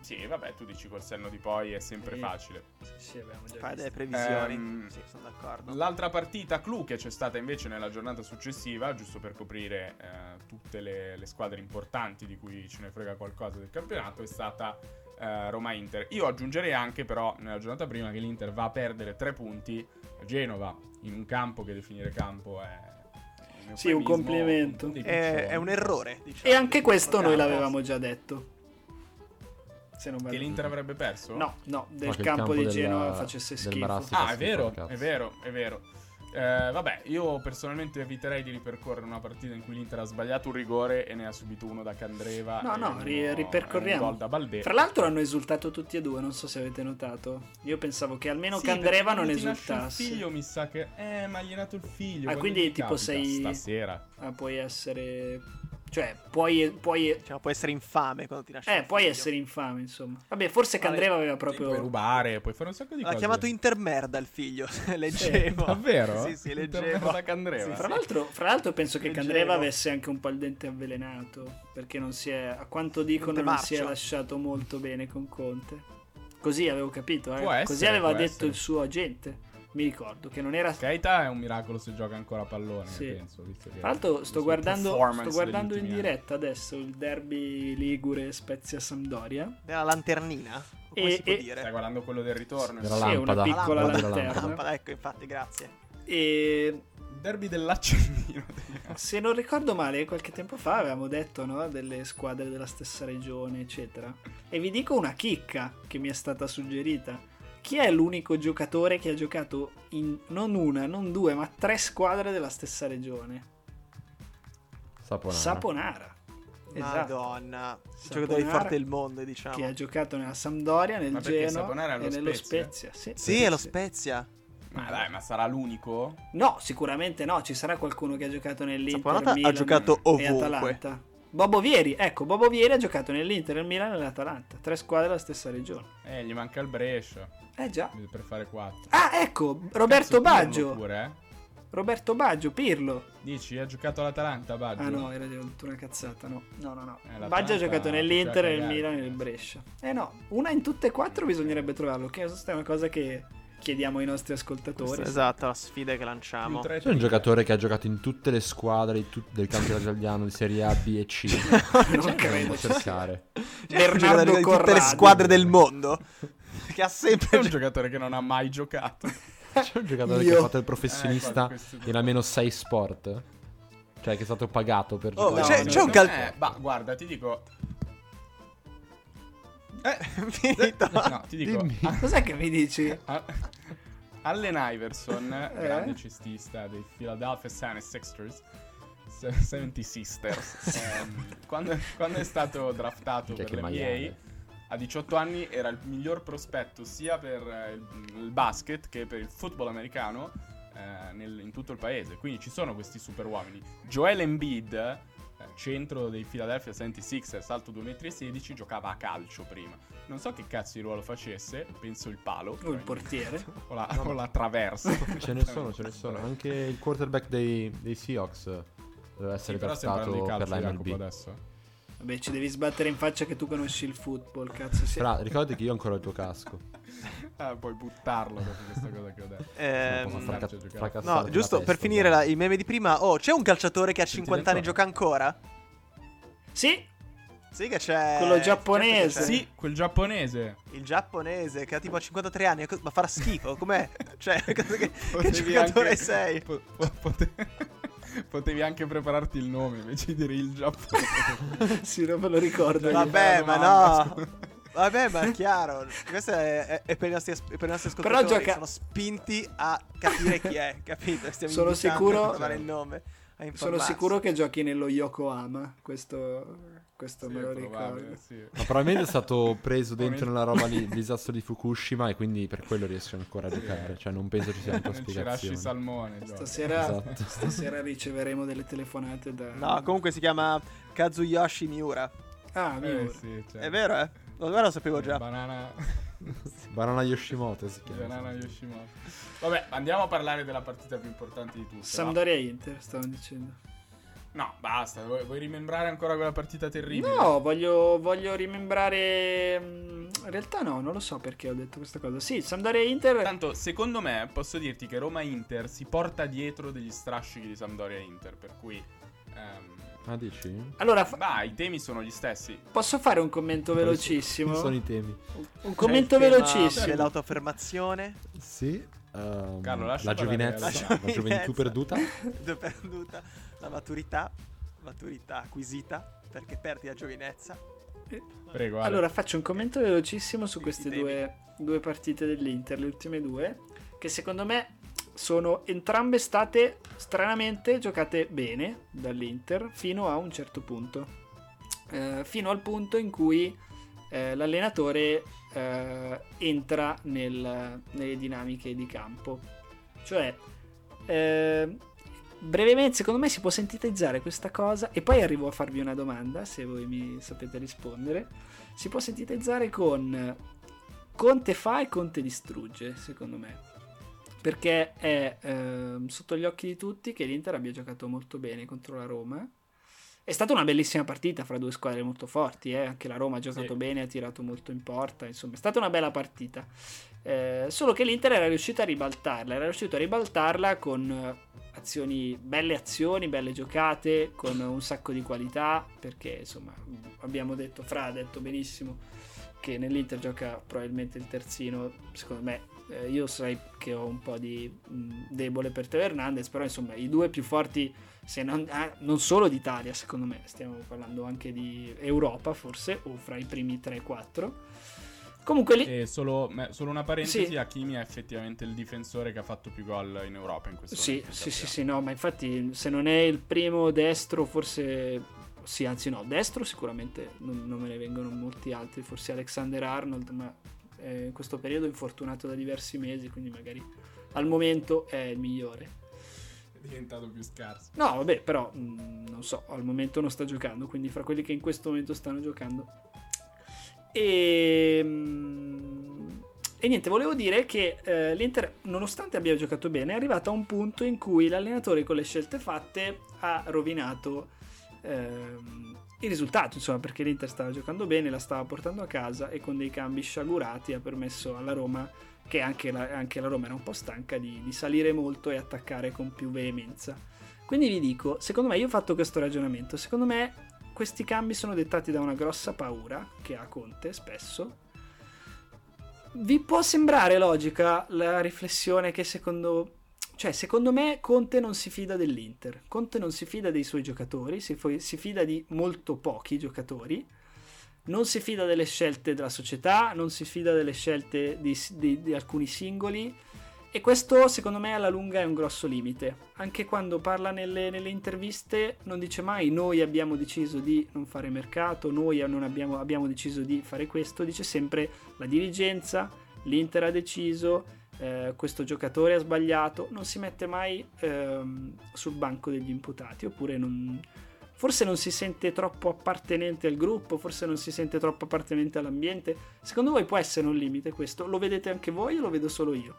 Speaker 4: Sì, vabbè, tu dici col senno di poi è sempre
Speaker 2: Sì.
Speaker 4: facile.
Speaker 2: Sì, l'avevamo già
Speaker 3: Fai delle
Speaker 2: vista.
Speaker 3: previsioni.
Speaker 4: Ehm,
Speaker 3: sì, sono d'accordo.
Speaker 4: L'altra partita clou che c'è stata invece nella giornata successiva, giusto per coprire eh, tutte le, le squadre importanti di cui ce ne frega qualcosa del campionato, è stata eh, Roma-Inter. Io aggiungerei anche però nella giornata prima che l'Inter va a perdere tre punti a Genova, in un campo che definire campo è... un
Speaker 2: Sì, un
Speaker 4: eufemismo,
Speaker 2: complimento.
Speaker 4: dei
Speaker 3: È,
Speaker 4: piccioni.
Speaker 3: è un errore, diciamo.
Speaker 2: E anche questo noi
Speaker 4: Campo.
Speaker 2: l'avevamo già detto. Se non
Speaker 4: Che
Speaker 2: vado.
Speaker 4: l'Inter avrebbe perso?
Speaker 2: No, no, del
Speaker 1: che il
Speaker 2: campo,
Speaker 1: campo
Speaker 2: di
Speaker 1: della-
Speaker 2: Genova facesse
Speaker 1: del
Speaker 2: schifo.
Speaker 1: Marassi.
Speaker 4: Ah, è
Speaker 1: Sì,
Speaker 4: vero,
Speaker 1: porca
Speaker 4: è
Speaker 1: cazzo.
Speaker 4: vero, è vero. Eh, vabbè, io personalmente eviterei di ripercorrere una partita in cui l'Inter ha sbagliato un rigore e ne ha subito uno da Candreva.
Speaker 2: No,
Speaker 4: e
Speaker 2: no,
Speaker 4: uno-
Speaker 2: ri-
Speaker 4: e un
Speaker 2: ripercorriamo.
Speaker 4: gol da Baldè.
Speaker 2: Fra l'altro hanno esultato tutti e due, non so se avete notato. Io pensavo che almeno
Speaker 4: Sì,
Speaker 2: Candreva
Speaker 4: perché
Speaker 2: non
Speaker 4: ti nasce
Speaker 2: esultasse.
Speaker 4: Il figlio mi sa che... Eh, ma gli è nato il figlio.
Speaker 2: Ah,
Speaker 4: quando
Speaker 2: quindi
Speaker 4: gli
Speaker 2: tipo
Speaker 4: capita?
Speaker 2: sei-
Speaker 4: Stasera.
Speaker 2: Ah, puoi essere... Cioè, puoi... puoi...
Speaker 3: Diciamo, può essere infame quando ti nasce.
Speaker 2: Eh,
Speaker 3: un
Speaker 2: puoi
Speaker 3: figlio.
Speaker 2: essere infame, insomma. Vabbè, forse
Speaker 3: Vale.
Speaker 2: Candreva aveva
Speaker 4: Puoi
Speaker 2: proprio...
Speaker 4: rubare, puoi fare un sacco di
Speaker 3: L'ha
Speaker 4: cose.
Speaker 3: chiamato Intermerda il figlio, leggevo.
Speaker 4: Davvero?
Speaker 3: Sì, sì,
Speaker 4: Intermerda
Speaker 3: leggevo.
Speaker 4: da Candreva.
Speaker 3: Sì,
Speaker 2: Fra l'altro, fra l'altro penso che
Speaker 3: Leggevo.
Speaker 2: Candreva avesse anche un po' il dente avvelenato, perché non si è, a quanto dicono, non si è
Speaker 3: Marcio.
Speaker 2: lasciato molto bene con Conte. Così avevo capito, eh.
Speaker 4: Può essere,
Speaker 2: Così aveva
Speaker 4: può
Speaker 2: detto
Speaker 4: essere.
Speaker 2: il suo agente. Mi ricordo che non era...
Speaker 4: Keita è un miracolo se gioca ancora a pallone,
Speaker 2: Sì.
Speaker 4: penso. visto che-
Speaker 2: Tra l'altro
Speaker 4: visto
Speaker 2: sto
Speaker 4: le
Speaker 2: guardando, sto
Speaker 4: performance
Speaker 2: guardando
Speaker 4: degli
Speaker 2: in
Speaker 4: ultimi anni.
Speaker 2: diretta adesso il derby Ligure Spezia-Sampdoria.
Speaker 3: Della lanternina. Come
Speaker 2: E-
Speaker 3: si può
Speaker 2: e-
Speaker 4: Stai
Speaker 3: dire?
Speaker 4: guardando quello del ritorno.
Speaker 1: Della
Speaker 2: Sì,
Speaker 4: insomma.
Speaker 1: lampada.
Speaker 2: una piccola
Speaker 1: guarda la
Speaker 2: lanterna.
Speaker 1: lampada.
Speaker 3: Ah, ecco, infatti, grazie.
Speaker 2: E
Speaker 4: Il derby dell'accendino.
Speaker 2: se non ricordo male, qualche tempo fa avevamo detto no, delle squadre della stessa regione, eccetera. E vi dico una chicca che mi è stata suggerita. Chi è l'unico giocatore che ha giocato in non una, non due, ma tre squadre della stessa regione?
Speaker 1: Saponara.
Speaker 2: Saponara. Esatto.
Speaker 3: Madonna, il
Speaker 2: Saponara
Speaker 3: giocatore più forte del mondo,
Speaker 2: Che ha
Speaker 3: diciamo.
Speaker 2: giocato nella Sampdoria, nel
Speaker 4: Ma perché Saponara
Speaker 2: Genoa
Speaker 4: è
Speaker 2: e
Speaker 4: allo
Speaker 2: nello
Speaker 4: Spezia?
Speaker 2: Spezia. Sì,
Speaker 3: Sì, è lo Spezia.
Speaker 4: Ma dai, ma sarà l'unico?
Speaker 2: No, sicuramente no, ci sarà qualcuno che ha giocato nell'Inter,
Speaker 3: Saponara ha
Speaker 2: Milan
Speaker 3: giocato
Speaker 2: e
Speaker 3: ovunque.
Speaker 2: Atalanta. Bobo Vieri, ecco, Bobo Vieri ha giocato nell'Inter, nel Milan e nell'Atalanta, tre squadre della stessa regione.
Speaker 4: Eh, gli manca il Brescia
Speaker 2: Eh già.
Speaker 4: per fare 4.
Speaker 2: Ah, ecco, Roberto Baggio.
Speaker 4: Pure,
Speaker 2: Roberto Baggio, Pirlo.
Speaker 4: eh? Dici, ha giocato all'Atalanta Baggio?
Speaker 2: Ah no, era tutta una cazzata, no. No, no, no.
Speaker 4: Eh, l'Atalanta
Speaker 2: Baggio ha giocato nell'Inter,
Speaker 4: faceva
Speaker 2: nel
Speaker 4: cagare.
Speaker 2: Milan e nel Brescia. Eh no, una in tutte e quattro bisognerebbe trovarlo, che questa è una cosa che chiediamo ai nostri ascoltatori.
Speaker 3: Esatto, la sfida che
Speaker 4: Più
Speaker 3: lanciamo.
Speaker 4: tre
Speaker 1: C'è un
Speaker 4: triple.
Speaker 1: giocatore che ha giocato in tutte le squadre di tut- del campionato italiano di Serie A, B e C.
Speaker 3: Certo.
Speaker 2: non credo.
Speaker 1: Devo cercare.
Speaker 3: Cioè, un giocatore
Speaker 2: Bernardo
Speaker 3: di tutte le
Speaker 2: Corrado.
Speaker 3: squadre del mondo. Che ha
Speaker 4: È
Speaker 3: sempre
Speaker 4: un giocatore che non ha mai giocato.
Speaker 1: C'è un giocatore
Speaker 2: Io.
Speaker 1: che ha fatto il
Speaker 4: Eh, guarda,
Speaker 1: professionista
Speaker 4: questo è
Speaker 1: in almeno 6 sport. Cioè, che è stato pagato per
Speaker 3: Oh,
Speaker 1: giocare.
Speaker 2: c'è-
Speaker 1: in
Speaker 2: c'è
Speaker 1: sei
Speaker 3: un cal-
Speaker 1: sport.
Speaker 4: Eh, ma guarda, ti dico... Eh,
Speaker 3: finito.
Speaker 4: no, ti dico... ah,
Speaker 1: Dimmi.
Speaker 2: Cos'è che mi dici?
Speaker 4: A- Allen Iverson,
Speaker 2: Eh?
Speaker 4: grande cestista dei Philadelphia 76 Sixers, se- 70 Sisters, ehm, quando, quando è stato draftato
Speaker 1: Minchia,
Speaker 4: per l'NBA
Speaker 1: maiale.
Speaker 4: a 18 anni era il miglior prospetto sia per eh, il, il basket che per il football americano eh, nel- in tutto il paese. Quindi ci sono questi super uomini. Joel Embiid, eh, centro dei Philadelphia 76ers, alto 2,16 m, giocava a calcio prima. Non so che cazzo di ruolo facesse, penso il palo.
Speaker 2: O Oh, il portiere.
Speaker 4: O la, o la traversa.
Speaker 1: Ce ne sono, ce ne sono. Anche il quarterback dei, dei Seahawks doveva
Speaker 4: Sì,
Speaker 1: essere
Speaker 4: però stiamo
Speaker 1: prestato
Speaker 4: parlando di
Speaker 1: per
Speaker 4: calcio,
Speaker 1: la
Speaker 4: Jacopo,
Speaker 1: MLB.
Speaker 4: adesso.
Speaker 2: Vabbè, ci devi sbattere in faccia che tu conosci il football, cazzo. Sì.
Speaker 1: Fra, ricordati che io ho ancora il tuo casco.
Speaker 4: Ah, puoi buttarlo dopo questa cosa che ho detto.
Speaker 3: Ehm,
Speaker 1: Sono un po'
Speaker 4: fraca-
Speaker 1: fraca-
Speaker 4: no,
Speaker 1: fracassato
Speaker 3: No, giusto
Speaker 1: nella
Speaker 3: per
Speaker 1: testa,
Speaker 3: finire la-
Speaker 1: dai.
Speaker 3: il meme di prima. Oh, c'è un calciatore che a 50 anni
Speaker 4: d'accordo?
Speaker 3: gioca ancora?
Speaker 2: Sì,
Speaker 3: Sì che c'è...
Speaker 2: Quello giapponese.
Speaker 3: certo che
Speaker 4: Sì, quel giapponese.
Speaker 3: c'è. Il giapponese che ha tipo 53 anni, co- ma farà schifo, com'è? Cioè, cosa che, che
Speaker 4: Potevi
Speaker 3: giocatore
Speaker 4: anche-
Speaker 3: sei?
Speaker 4: po- po- pote- Potevi anche prepararti il nome invece di dire il giapponese.
Speaker 2: sì, non me lo ricordo.
Speaker 4: Vabbè,
Speaker 3: Vabbè, ma
Speaker 4: domanda,
Speaker 3: no.
Speaker 4: scusa.
Speaker 3: Vabbè, ma è chiaro. Questo è, è- è per i nostri, as- per i nostri
Speaker 2: Però
Speaker 3: ascoltatori.
Speaker 2: gioca-
Speaker 3: Sono spinti a capire chi è, capito? Stiamo
Speaker 2: Sono
Speaker 3: invitando
Speaker 2: sicuro-
Speaker 3: a trovare il nome. a
Speaker 2: Sono
Speaker 3: informarsi.
Speaker 2: sicuro che giochi nello Yokohama. Questo, questo
Speaker 4: Sì,
Speaker 2: me lo
Speaker 4: è probabile,
Speaker 2: ricordo.
Speaker 4: sì.
Speaker 1: Ma probabilmente è stato preso dentro
Speaker 4: Probabilmente-
Speaker 1: una roba lì, il disastro di Fukushima, e quindi per quello riesce ancora a
Speaker 4: Sì. eh.
Speaker 1: giocare. Cioè, non penso ci sia una tua
Speaker 4: Nel Cirashi
Speaker 1: spiegazione.
Speaker 4: Salmone. gioca.
Speaker 2: Stasera,
Speaker 1: Esatto.
Speaker 2: stasera riceveremo delle telefonate da...
Speaker 3: No, comunque si chiama Kazuyoshi Miura.
Speaker 2: Ah,
Speaker 4: Eh,
Speaker 2: Miura.
Speaker 4: sì, cioè,
Speaker 3: È vero, eh? Lo, guarda, lo sapevo già.
Speaker 4: Banana,
Speaker 1: Banana Yoshimoto si chiama.
Speaker 4: banana Yoshimoto. Vabbè, andiamo a parlare della partita più importante di tutte. va.
Speaker 2: Sampdoria Inter, stavo dicendo.
Speaker 4: No, basta. Vuoi, vuoi rimembrare ancora quella partita terribile?
Speaker 2: No, voglio, voglio rimembrare... mm, In realtà no, non lo so perché ho detto questa cosa. Sì, Sampdoria Inter...
Speaker 4: Tanto, secondo me, posso dirti che Roma-Inter si porta dietro degli strascichi di Sampdoria-Inter, per cui... ehm,
Speaker 1: Ah, dici?
Speaker 2: Allora, fa-
Speaker 4: bah, i temi sono gli stessi.
Speaker 2: posso fare un commento velocissimo?
Speaker 1: Sono i temi.
Speaker 2: Un commento
Speaker 3: C'è il tema- C'è
Speaker 2: velocissimo.
Speaker 3: l'autoaffermazione.
Speaker 1: Sì. ehm,
Speaker 4: Carlo, lascia
Speaker 1: la
Speaker 4: parlare,
Speaker 1: giovinezza,
Speaker 4: Carlo.
Speaker 1: la gioventù perduta.
Speaker 3: Due perduta. La maturità. Maturità acquisita. Perché perdi la giovinezza.
Speaker 4: Prego, Ale.
Speaker 2: Allora, faccio un commento velocissimo su
Speaker 3: Sì,
Speaker 2: queste
Speaker 3: sì, devi.
Speaker 2: due, due partite dell'Inter, le ultime due, che secondo me sono entrambe state stranamente giocate bene dall'Inter fino a un certo punto. Eh, fino al punto in cui eh, l'allenatore eh, entra nel- nelle dinamiche di campo. Cioè, eh, brevemente, secondo me si può sintetizzare questa cosa e poi arrivo a farvi una domanda, se voi mi sapete rispondere. Si può sintetizzare con Conte fa e Conte distrugge, secondo me. Perché è ehm, sotto gli occhi di tutti che l'Inter abbia giocato molto bene contro la Roma. È stata una bellissima partita fra due squadre molto forti, eh, anche la Roma ha giocato
Speaker 4: Sì.
Speaker 2: bene, ha tirato molto in porta, insomma è stata una bella partita. Eh, solo che l'Inter era riuscita a ribaltarla, era riuscito a ribaltarla con eh, azioni, belle azioni, belle giocate, con un sacco di qualità, perché insomma abbiamo detto, Fra ha detto benissimo che nell'Inter gioca probabilmente il terzino, secondo me eh, io sai che ho un po' di mh, debole per Teo Hernandez, però insomma i due più forti, se non, ah, non solo d'Italia secondo me, stiamo parlando anche di Europa forse, o fra i primi 3-4. Comunque lì...
Speaker 4: E solo, me- solo una parentesi,
Speaker 2: Sì.
Speaker 4: Hakimi è effettivamente il difensore che ha fatto più gol in Europa in questo
Speaker 2: Sì,
Speaker 4: momento.
Speaker 2: sì, sì, sì, no, ma infatti se non è il primo destro, forse... Sì, anzi no, destro sicuramente non, non me ne vengono molti altri, forse Alexander Arnold, ma eh, in questo periodo è infortunato da diversi mesi, quindi magari al momento è il migliore.
Speaker 4: È diventato più scarso.
Speaker 2: No, vabbè, però mh, non so, al momento non sta giocando, quindi fra quelli che in questo momento stanno giocando. E, mh, Ehm, e niente, volevo dire che eh, l'Inter, nonostante abbia giocato bene, è arrivata a un punto in cui l'allenatore con le scelte fatte ha rovinato ehm, il risultato, insomma, perché l'Inter stava giocando bene, la stava portando a casa e con dei cambi sciagurati ha permesso alla Roma che anche la, anche la Roma era un po' stanca di, di salire molto e attaccare con più veemenza. Quindi vi dico, secondo me, io ho fatto questo ragionamento, secondo me questi cambi sono dettati da una grossa paura che ha Conte spesso. Vi può sembrare logica la riflessione che secondo... Cioè, secondo me Conte non si fida dell'Inter, Conte non si fida dei suoi giocatori, si, fo- si fida di molto pochi giocatori, non si fida delle scelte della società, non si fida delle scelte di, di- di alcuni singoli e questo secondo me alla lunga è un grosso limite. Anche quando parla nelle, nelle interviste non dice mai noi abbiamo deciso di non fare mercato, noi non abbiamo, abbiamo deciso di fare questo, dice sempre la dirigenza, l'Inter ha deciso, eh, questo giocatore ha sbagliato, non si mette mai ehm, sul banco degli imputati oppure non, forse non si sente troppo appartenente al gruppo, forse non si sente troppo appartenente all'ambiente. Secondo voi può essere un limite questo? Lo vedete anche voi o lo vedo solo io?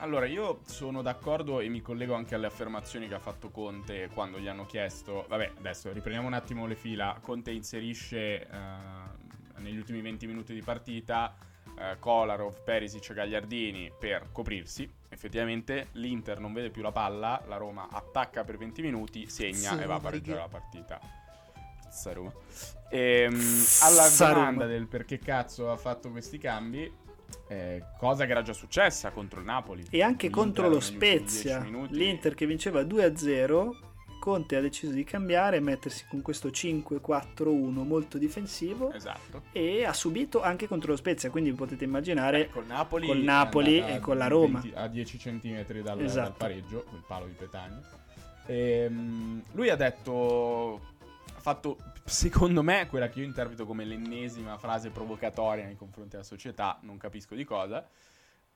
Speaker 4: Allora, io sono d'accordo e mi collego anche alle affermazioni che ha fatto Conte quando gli hanno chiesto. Vabbè, adesso riprendiamo un attimo le fila. Conte inserisce eh, negli ultimi 20 minuti di partita eh, Kolarov, Perisic e Gagliardini per coprirsi. Effettivamente l'Inter non vede più la palla, la Roma attacca per 20 minuti, segna
Speaker 3: Sì,
Speaker 4: e va a
Speaker 3: righi.
Speaker 4: pareggiare la partita. Pazza Roma. Ehm, alla
Speaker 2: Pazza
Speaker 4: domanda
Speaker 2: Roma.
Speaker 4: del perché cazzo ha fatto questi cambi, eh, cosa che era già successa contro il Napoli.
Speaker 2: E anche
Speaker 4: L'Inter
Speaker 2: contro lo
Speaker 4: negli ultimi
Speaker 2: Spezia,
Speaker 4: 10 minuti-
Speaker 2: l'Inter che vinceva 2-0, Conte ha deciso di cambiare e mettersi con questo 5-4-1 molto difensivo
Speaker 4: Esatto.
Speaker 2: e ha subito anche contro lo Spezia, quindi potete immaginare
Speaker 4: Col Napoli,
Speaker 2: col
Speaker 4: è
Speaker 2: Napoli
Speaker 4: andata
Speaker 2: e con la
Speaker 4: a
Speaker 2: Roma.
Speaker 4: 20 a 10 centimetri dal,
Speaker 2: Esatto.
Speaker 4: dal pareggio, quel palo di Petagna. Ehm, lui ha detto, ha fatto secondo me quella che io interpreto come l'ennesima frase provocatoria nei confronti della società, non capisco di cosa.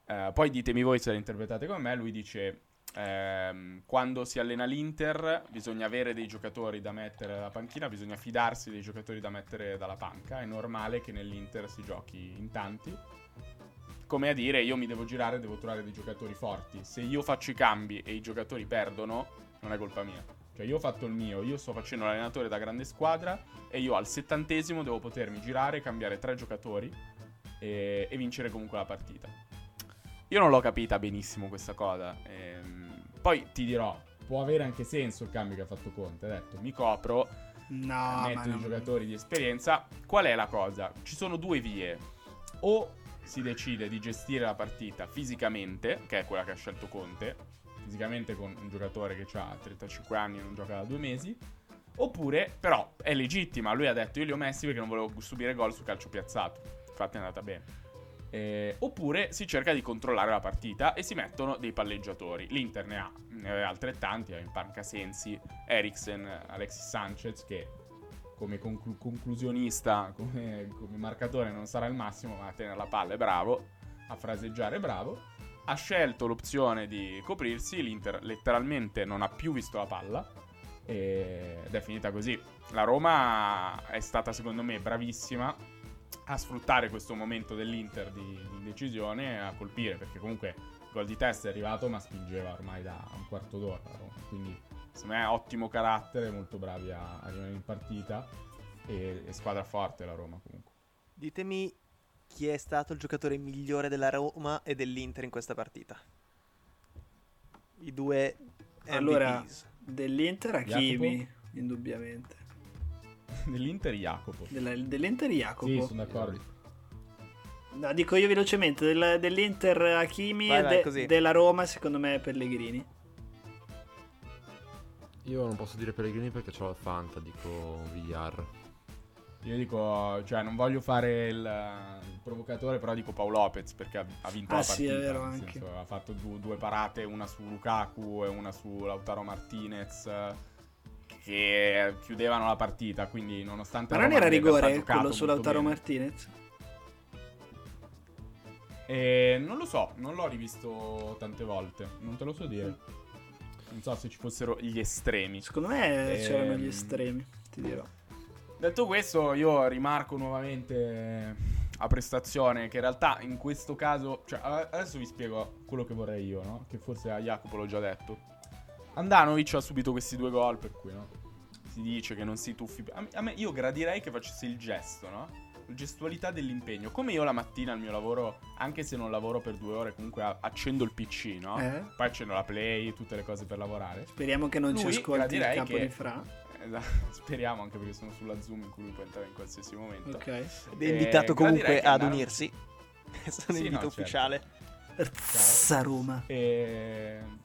Speaker 4: Eh, poi ditemi voi se la interpretate come me. Lui dice: ehm, Quando si allena l'Inter, bisogna avere dei giocatori da mettere dalla panchina, bisogna fidarsi dei giocatori da mettere dalla panca. È normale che nell'Inter si giochi in tanti. Come a dire, io mi devo girare, devo trovare dei giocatori forti. Se io faccio i cambi e i giocatori perdono, non è colpa mia. Cioè, io ho fatto il mio, io sto facendo l'allenatore da grande squadra e io al settantesimo devo potermi girare, cambiare tre giocatori e, e vincere comunque la partita. Io non l'ho capita benissimo questa cosa. ehm, poi ti dirò, può avere anche senso il cambio che ha fatto Conte. Ha detto, mi copro,
Speaker 2: No, ma
Speaker 4: metto i
Speaker 2: no.
Speaker 4: giocatori di esperienza. Qual è la cosa? Ci sono due vie. O si decide di gestire la partita fisicamente, che è quella che ha scelto Conte, fisicamente con un giocatore che ha 35 anni e non gioca da due mesi. Oppure, però, è legittima. Lui ha detto: Io li ho messi perché non volevo subire gol su calcio piazzato. Infatti, è andata bene. Eh, oppure si cerca di controllare la partita e si mettono dei palleggiatori. L'Inter ne ha, ne aveva altrettanti, aveva in panca Sensi, Eriksen, Alexis Sanchez che come conclu- conclusionista, come, come marcatore non sarà il massimo, ma a tenere la palla è bravo, a fraseggiare è bravo. Ha scelto l'opzione di coprirsi, l'Inter letteralmente non ha più visto la palla e- ed è finita così. La Roma è stata secondo me bravissima a sfruttare questo momento dell'Inter di, di indecisione e a colpire, perché comunque il gol di testa è arrivato ma spingeva ormai da un quarto d'ora la Roma, quindi secondo me ottimo carattere, molto bravi a, a rimanere in partita e, e squadra forte la Roma comunque.
Speaker 3: Ditemi chi è stato il giocatore migliore della Roma e dell'Inter in questa partita. I due MVPs.
Speaker 2: Allora, dell'Inter Hakimi,
Speaker 4: Jacopo?
Speaker 2: indubbiamente.
Speaker 4: Dell'Inter Jacopo.
Speaker 2: Della- dell'Inter Jacopo.
Speaker 4: Sì, sono d'accordo.
Speaker 2: No, dico io velocemente, del- dell'Inter Hakimi
Speaker 3: Vai,
Speaker 2: e
Speaker 3: vai,
Speaker 2: de-
Speaker 3: così.
Speaker 2: della Roma secondo me Pellegrini.
Speaker 1: Io non posso dire Pellegrini perché c'ho la Fanta, dico VR.
Speaker 4: Io dico, cioè non voglio fare il, il provocatore, però dico Paolo Lopez perché ha, ha vinto
Speaker 2: Ah,
Speaker 4: la
Speaker 2: sì,
Speaker 4: partita.
Speaker 2: è vero,
Speaker 4: nel
Speaker 2: anche.
Speaker 4: senso, ha fatto du- due parate, una su Lukaku e una su Lautaro Martinez. eh, Che chiudevano la partita, quindi nonostante.
Speaker 2: Ma
Speaker 4: la
Speaker 2: non
Speaker 4: Roma
Speaker 2: era
Speaker 4: abbia in realtà
Speaker 2: rigore
Speaker 4: giocato
Speaker 2: quello su
Speaker 4: molto
Speaker 2: Lautaro
Speaker 4: bene.
Speaker 2: Martinez?
Speaker 4: Eh, non lo so, non l'ho rivisto tante volte, non te lo so dire. Non so se ci fossero gli estremi.
Speaker 2: Secondo me
Speaker 4: Ehm.
Speaker 2: c'erano gli estremi, ti dirò.
Speaker 4: Detto questo, io rimarco nuovamente eh, a prestazione che in realtà in questo caso, cioè a- adesso vi spiego quello che vorrei io, no? Che forse a Jacopo l'ho già detto. Andanovic ha subito questi due gol per cui, no? Si dice che non si tuffi. A me, a me- io gradirei che facesse il gesto, no? La gestualità dell'impegno. Come io la mattina al mio lavoro, anche se non lavoro per due ore, comunque a- accendo il PC, no?
Speaker 2: Eh?
Speaker 4: Poi accendo la play, tutte le cose per lavorare.
Speaker 2: Speriamo che non ci
Speaker 4: Lui,
Speaker 2: ascolti il
Speaker 4: direi
Speaker 2: capo
Speaker 4: che-
Speaker 2: di Fra.
Speaker 4: Esatto, Speriamo anche perché sono sulla Zoom in cui lui può entrare in qualsiasi momento.
Speaker 2: Ok.
Speaker 3: Ed è
Speaker 4: Eh,
Speaker 3: invitato
Speaker 4: qua
Speaker 3: comunque
Speaker 4: direi che
Speaker 3: ad
Speaker 4: andarono-
Speaker 3: unirsi. Sono
Speaker 4: Sì, no,
Speaker 3: invito
Speaker 4: certo.
Speaker 3: ufficiale.
Speaker 2: Sa Roma.
Speaker 4: E... Ehm,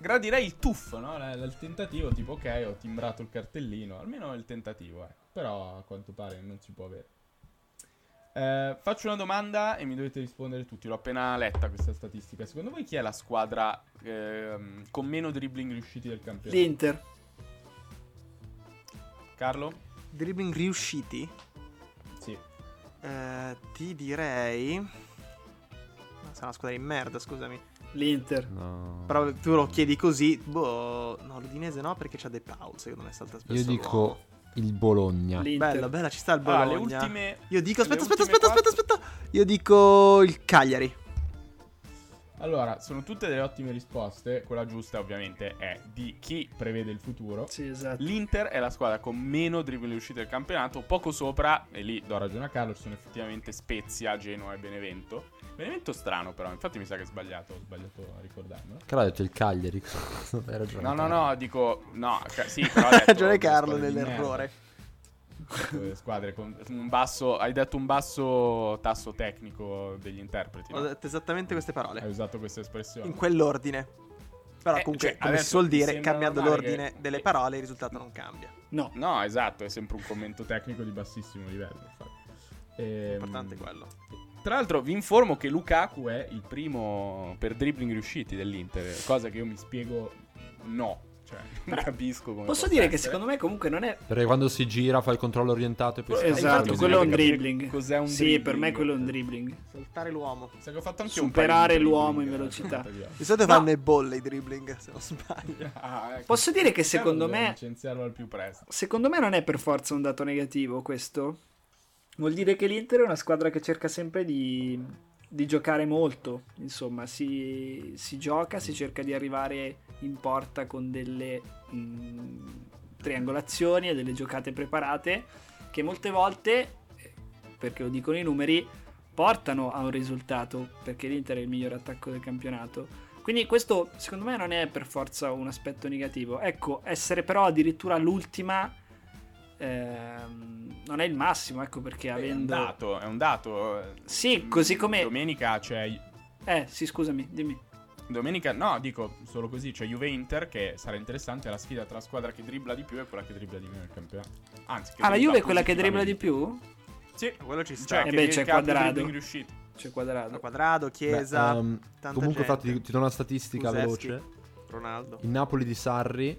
Speaker 4: Gradirei il tuffo, no? La- la- il tentativo, tipo, ok, ho timbrato il cartellino, almeno il tentativo, eh. però a quanto pare non si può avere. Eh, faccio una domanda e mi dovete rispondere tutti, l'ho appena letta questa statistica. Secondo voi chi è la squadra ehm, con meno dribbling riusciti del campionato?
Speaker 2: L'Inter.
Speaker 4: Carlo?
Speaker 3: Dribbling riusciti?
Speaker 4: Sì.
Speaker 3: Eh, ti direi... Ma Sarà una squadra di merda, scusami.
Speaker 2: L'Inter.
Speaker 1: No.
Speaker 3: Però tu lo chiedi così. Boh, no, l'Udinese no perché c'ha De Paul, secondo me salta spesso.
Speaker 1: Io
Speaker 3: l'uomo.
Speaker 1: dico il Bologna.
Speaker 2: L'Inter.
Speaker 3: Bella, bella, ci sta il Bologna.
Speaker 4: Ah, le ultime...
Speaker 3: Io dico,
Speaker 4: le
Speaker 3: aspetta, aspetta, aspetta,
Speaker 4: ultime
Speaker 3: aspetta,
Speaker 4: quattro-
Speaker 3: aspetta. Io dico il Cagliari.
Speaker 4: Allora, sono tutte delle ottime risposte. Quella giusta, ovviamente, è di chi prevede il futuro.
Speaker 2: Sì, esatto.
Speaker 4: L'Inter è la squadra con meno dribbling uscite del campionato, poco sopra, e lì do ragione a Carlo, ci sono effettivamente Spezia, Genoa e Benevento. Benevento strano però, infatti mi sa che è sbagliato, ho sbagliato a ricordarmelo.
Speaker 1: Carlo ha detto il Cagliari. Hai ragione.
Speaker 4: No, no,
Speaker 1: Carlo.
Speaker 4: no, dico no, ca- sì, però ha
Speaker 3: Ha
Speaker 4: detto
Speaker 3: ragione
Speaker 4: delle
Speaker 3: Carlo
Speaker 4: squadre di
Speaker 3: nell'errore.
Speaker 4: merda. Eh, Squadre con un basso, hai detto un basso tasso tecnico degli interpreti. no?
Speaker 3: Ho detto esattamente queste
Speaker 4: Hai
Speaker 1: Eh,
Speaker 3: parole.
Speaker 4: usato questa espressione.
Speaker 3: In quell'ordine. Però
Speaker 4: Eh,
Speaker 3: comunque,
Speaker 4: cioè,
Speaker 3: come
Speaker 4: adesso
Speaker 3: si suol
Speaker 4: mi
Speaker 3: dire,
Speaker 4: sembra
Speaker 3: cambiando
Speaker 4: normale
Speaker 3: l'ordine
Speaker 4: che- eh.
Speaker 3: delle parole il risultato non cambia.
Speaker 1: Ehm,
Speaker 2: No,
Speaker 4: No, esatto, è sempre un commento tecnico di bassissimo livello. Infatti. Ehm,
Speaker 3: L'importante è quello.
Speaker 4: Tra l'altro vi informo che Lukaku è il primo per dribbling riusciti dell'Inter, cosa che io mi spiego no, cioè non capisco come
Speaker 2: posso
Speaker 4: possa
Speaker 2: dire che
Speaker 4: essere.
Speaker 2: secondo me comunque non è
Speaker 1: Perché quando si gira fa il controllo orientato e poi si
Speaker 4: Eh,
Speaker 1: cambia.
Speaker 4: infatti,
Speaker 2: Esatto,
Speaker 1: Così
Speaker 2: quello è un
Speaker 1: non
Speaker 4: capire
Speaker 2: dribbling.
Speaker 4: cos'è un
Speaker 2: sì, per me
Speaker 4: dribbling.
Speaker 2: quello è un dribbling.
Speaker 3: Saltare l'uomo.
Speaker 4: Sai che ho fatto anche
Speaker 2: Superare
Speaker 4: un paio di
Speaker 2: l'uomo
Speaker 4: dribbling,
Speaker 2: in
Speaker 4: eh,
Speaker 2: velocità.
Speaker 4: per dire.
Speaker 3: Di solito
Speaker 2: No.
Speaker 3: fanno le bolle i dribbling, se non sbaglio.
Speaker 4: Ah, ecco.
Speaker 2: Posso dire che
Speaker 4: Lukaku
Speaker 2: secondo
Speaker 4: deve
Speaker 2: me-
Speaker 4: licenziarlo al più presto.
Speaker 2: Secondo me non è per forza un dato negativo questo. Vuol dire che l'Inter è una squadra che cerca sempre di, di giocare molto. Insomma, si, si gioca, si cerca di arrivare in porta con delle mh, triangolazioni e delle giocate preparate che molte volte, eh, perché lo dicono i numeri, portano a un risultato perché l'Inter è il miglior attacco del campionato. Quindi questo secondo me non è per forza un aspetto negativo. Ecco, essere però addirittura l'ultima ehm, non è il massimo, ecco perché
Speaker 4: È un
Speaker 2: avendo...
Speaker 4: dato, è un dato. eh, mm,
Speaker 2: Sì, così come-
Speaker 4: Domenica c'è
Speaker 2: Eh, sì, scusami, dimmi.
Speaker 4: Domenica, no, dico solo così, c'è Juve Inter che sarà interessante è la sfida tra la squadra che dribbla di più e quella che dribbla di meno il campionato. Anzi, che
Speaker 2: Ah, la
Speaker 4: dribbla
Speaker 2: Juve è quella che dribbla di più?
Speaker 4: positivamente. Sì,
Speaker 3: Quello ci sta.
Speaker 4: cioè,
Speaker 2: Eh
Speaker 4: che
Speaker 2: beh,
Speaker 4: vi-
Speaker 2: c'è
Speaker 4: che ha più
Speaker 2: Quadrado.
Speaker 4: dribbling riusciti.
Speaker 2: C'è quadrato.
Speaker 3: Quadrado,
Speaker 1: Beh,
Speaker 2: esatto,
Speaker 3: Chiesa,
Speaker 1: ehm,
Speaker 3: tanta
Speaker 1: comunque,
Speaker 3: gente.
Speaker 1: infatti, ti, ti do una statistica
Speaker 3: Kulusevski.
Speaker 1: veloce.
Speaker 3: Ronaldo.
Speaker 1: Il Napoli di Sarri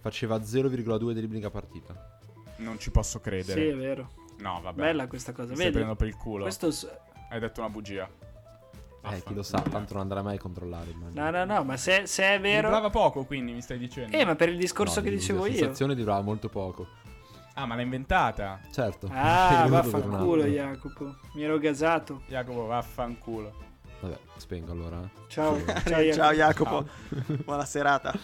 Speaker 1: faceva 0,2 dribbling a partita. Eh,
Speaker 4: Non ci posso
Speaker 2: Sì, è
Speaker 4: credere.
Speaker 2: vero.
Speaker 4: No, vabbè.
Speaker 2: Bella questa cosa.
Speaker 4: Mi stai
Speaker 2: Vedi?
Speaker 4: prendendo per il culo.
Speaker 2: Questo... s-
Speaker 4: Hai detto una bugia.
Speaker 1: Eh, chi lo sa, tanto non andrà mai a controllare. immagino.
Speaker 2: No, no, no, ma se, se è vero...
Speaker 4: Sembrava poco, quindi mi stai dicendo.
Speaker 2: Eh, ma per il discorso
Speaker 1: No,
Speaker 2: che
Speaker 1: di-
Speaker 2: dicevo
Speaker 1: La
Speaker 2: io.
Speaker 1: sensazione durava molto poco.
Speaker 4: Ah, ma l'ha inventata.
Speaker 1: Certo.
Speaker 2: Ah,
Speaker 1: È venuto per un
Speaker 2: vaffanculo
Speaker 1: attimo.
Speaker 2: Jacopo. Mi ero gasato.
Speaker 4: Jacopo, vaffanculo.
Speaker 1: Vabbè, spengo allora. eh.
Speaker 2: Ciao. Ciao Jacopo.
Speaker 3: Ciao Jacopo, buona serata.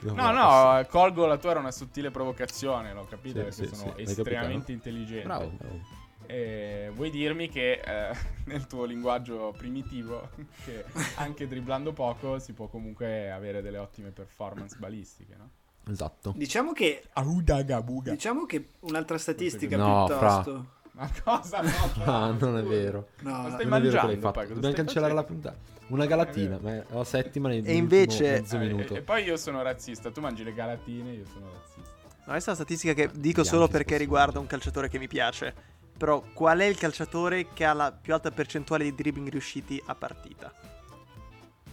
Speaker 4: No, no, colgo la tua era una sottile provocazione, l'ho capito,
Speaker 1: Sì,
Speaker 4: perché
Speaker 1: sì, sì,
Speaker 4: sono
Speaker 1: l'hai capito,
Speaker 4: estremamente
Speaker 1: no?
Speaker 4: intelligente.
Speaker 1: Bravo, bravo.
Speaker 4: Eh, vuoi dirmi che eh, nel tuo linguaggio primitivo, che anche dribblando poco si può comunque avere delle ottime performance balistiche, no?
Speaker 1: Esatto.
Speaker 2: Diciamo che
Speaker 4: Audagabuga.
Speaker 2: Diciamo che un'altra statistica
Speaker 1: No,
Speaker 2: piuttosto.
Speaker 4: Ma cosa? No,
Speaker 1: Ah, non è vero.
Speaker 2: No,
Speaker 4: Ma
Speaker 1: Non è
Speaker 4: stai
Speaker 1: vero che
Speaker 4: mangiando,
Speaker 1: l'hai fatto.
Speaker 4: poi, cosa
Speaker 1: Dobbiamo
Speaker 4: stai
Speaker 1: cancellare la
Speaker 4: facendo?
Speaker 1: puntata. Una galatina,
Speaker 4: Eh,
Speaker 1: ma è la settima nel
Speaker 3: E invece-
Speaker 1: mezzo
Speaker 4: Ah, e-
Speaker 1: minuto.
Speaker 4: E, poi io sono razzista, tu mangi le galatine, io sono razzista.
Speaker 3: No, questa è una statistica che dico
Speaker 1: Bianchi,
Speaker 3: solo
Speaker 1: se
Speaker 3: perché
Speaker 1: possibile.
Speaker 3: riguarda un calciatore che mi piace. Però qual è il calciatore che ha la più alta percentuale di dribbling riusciti a partita?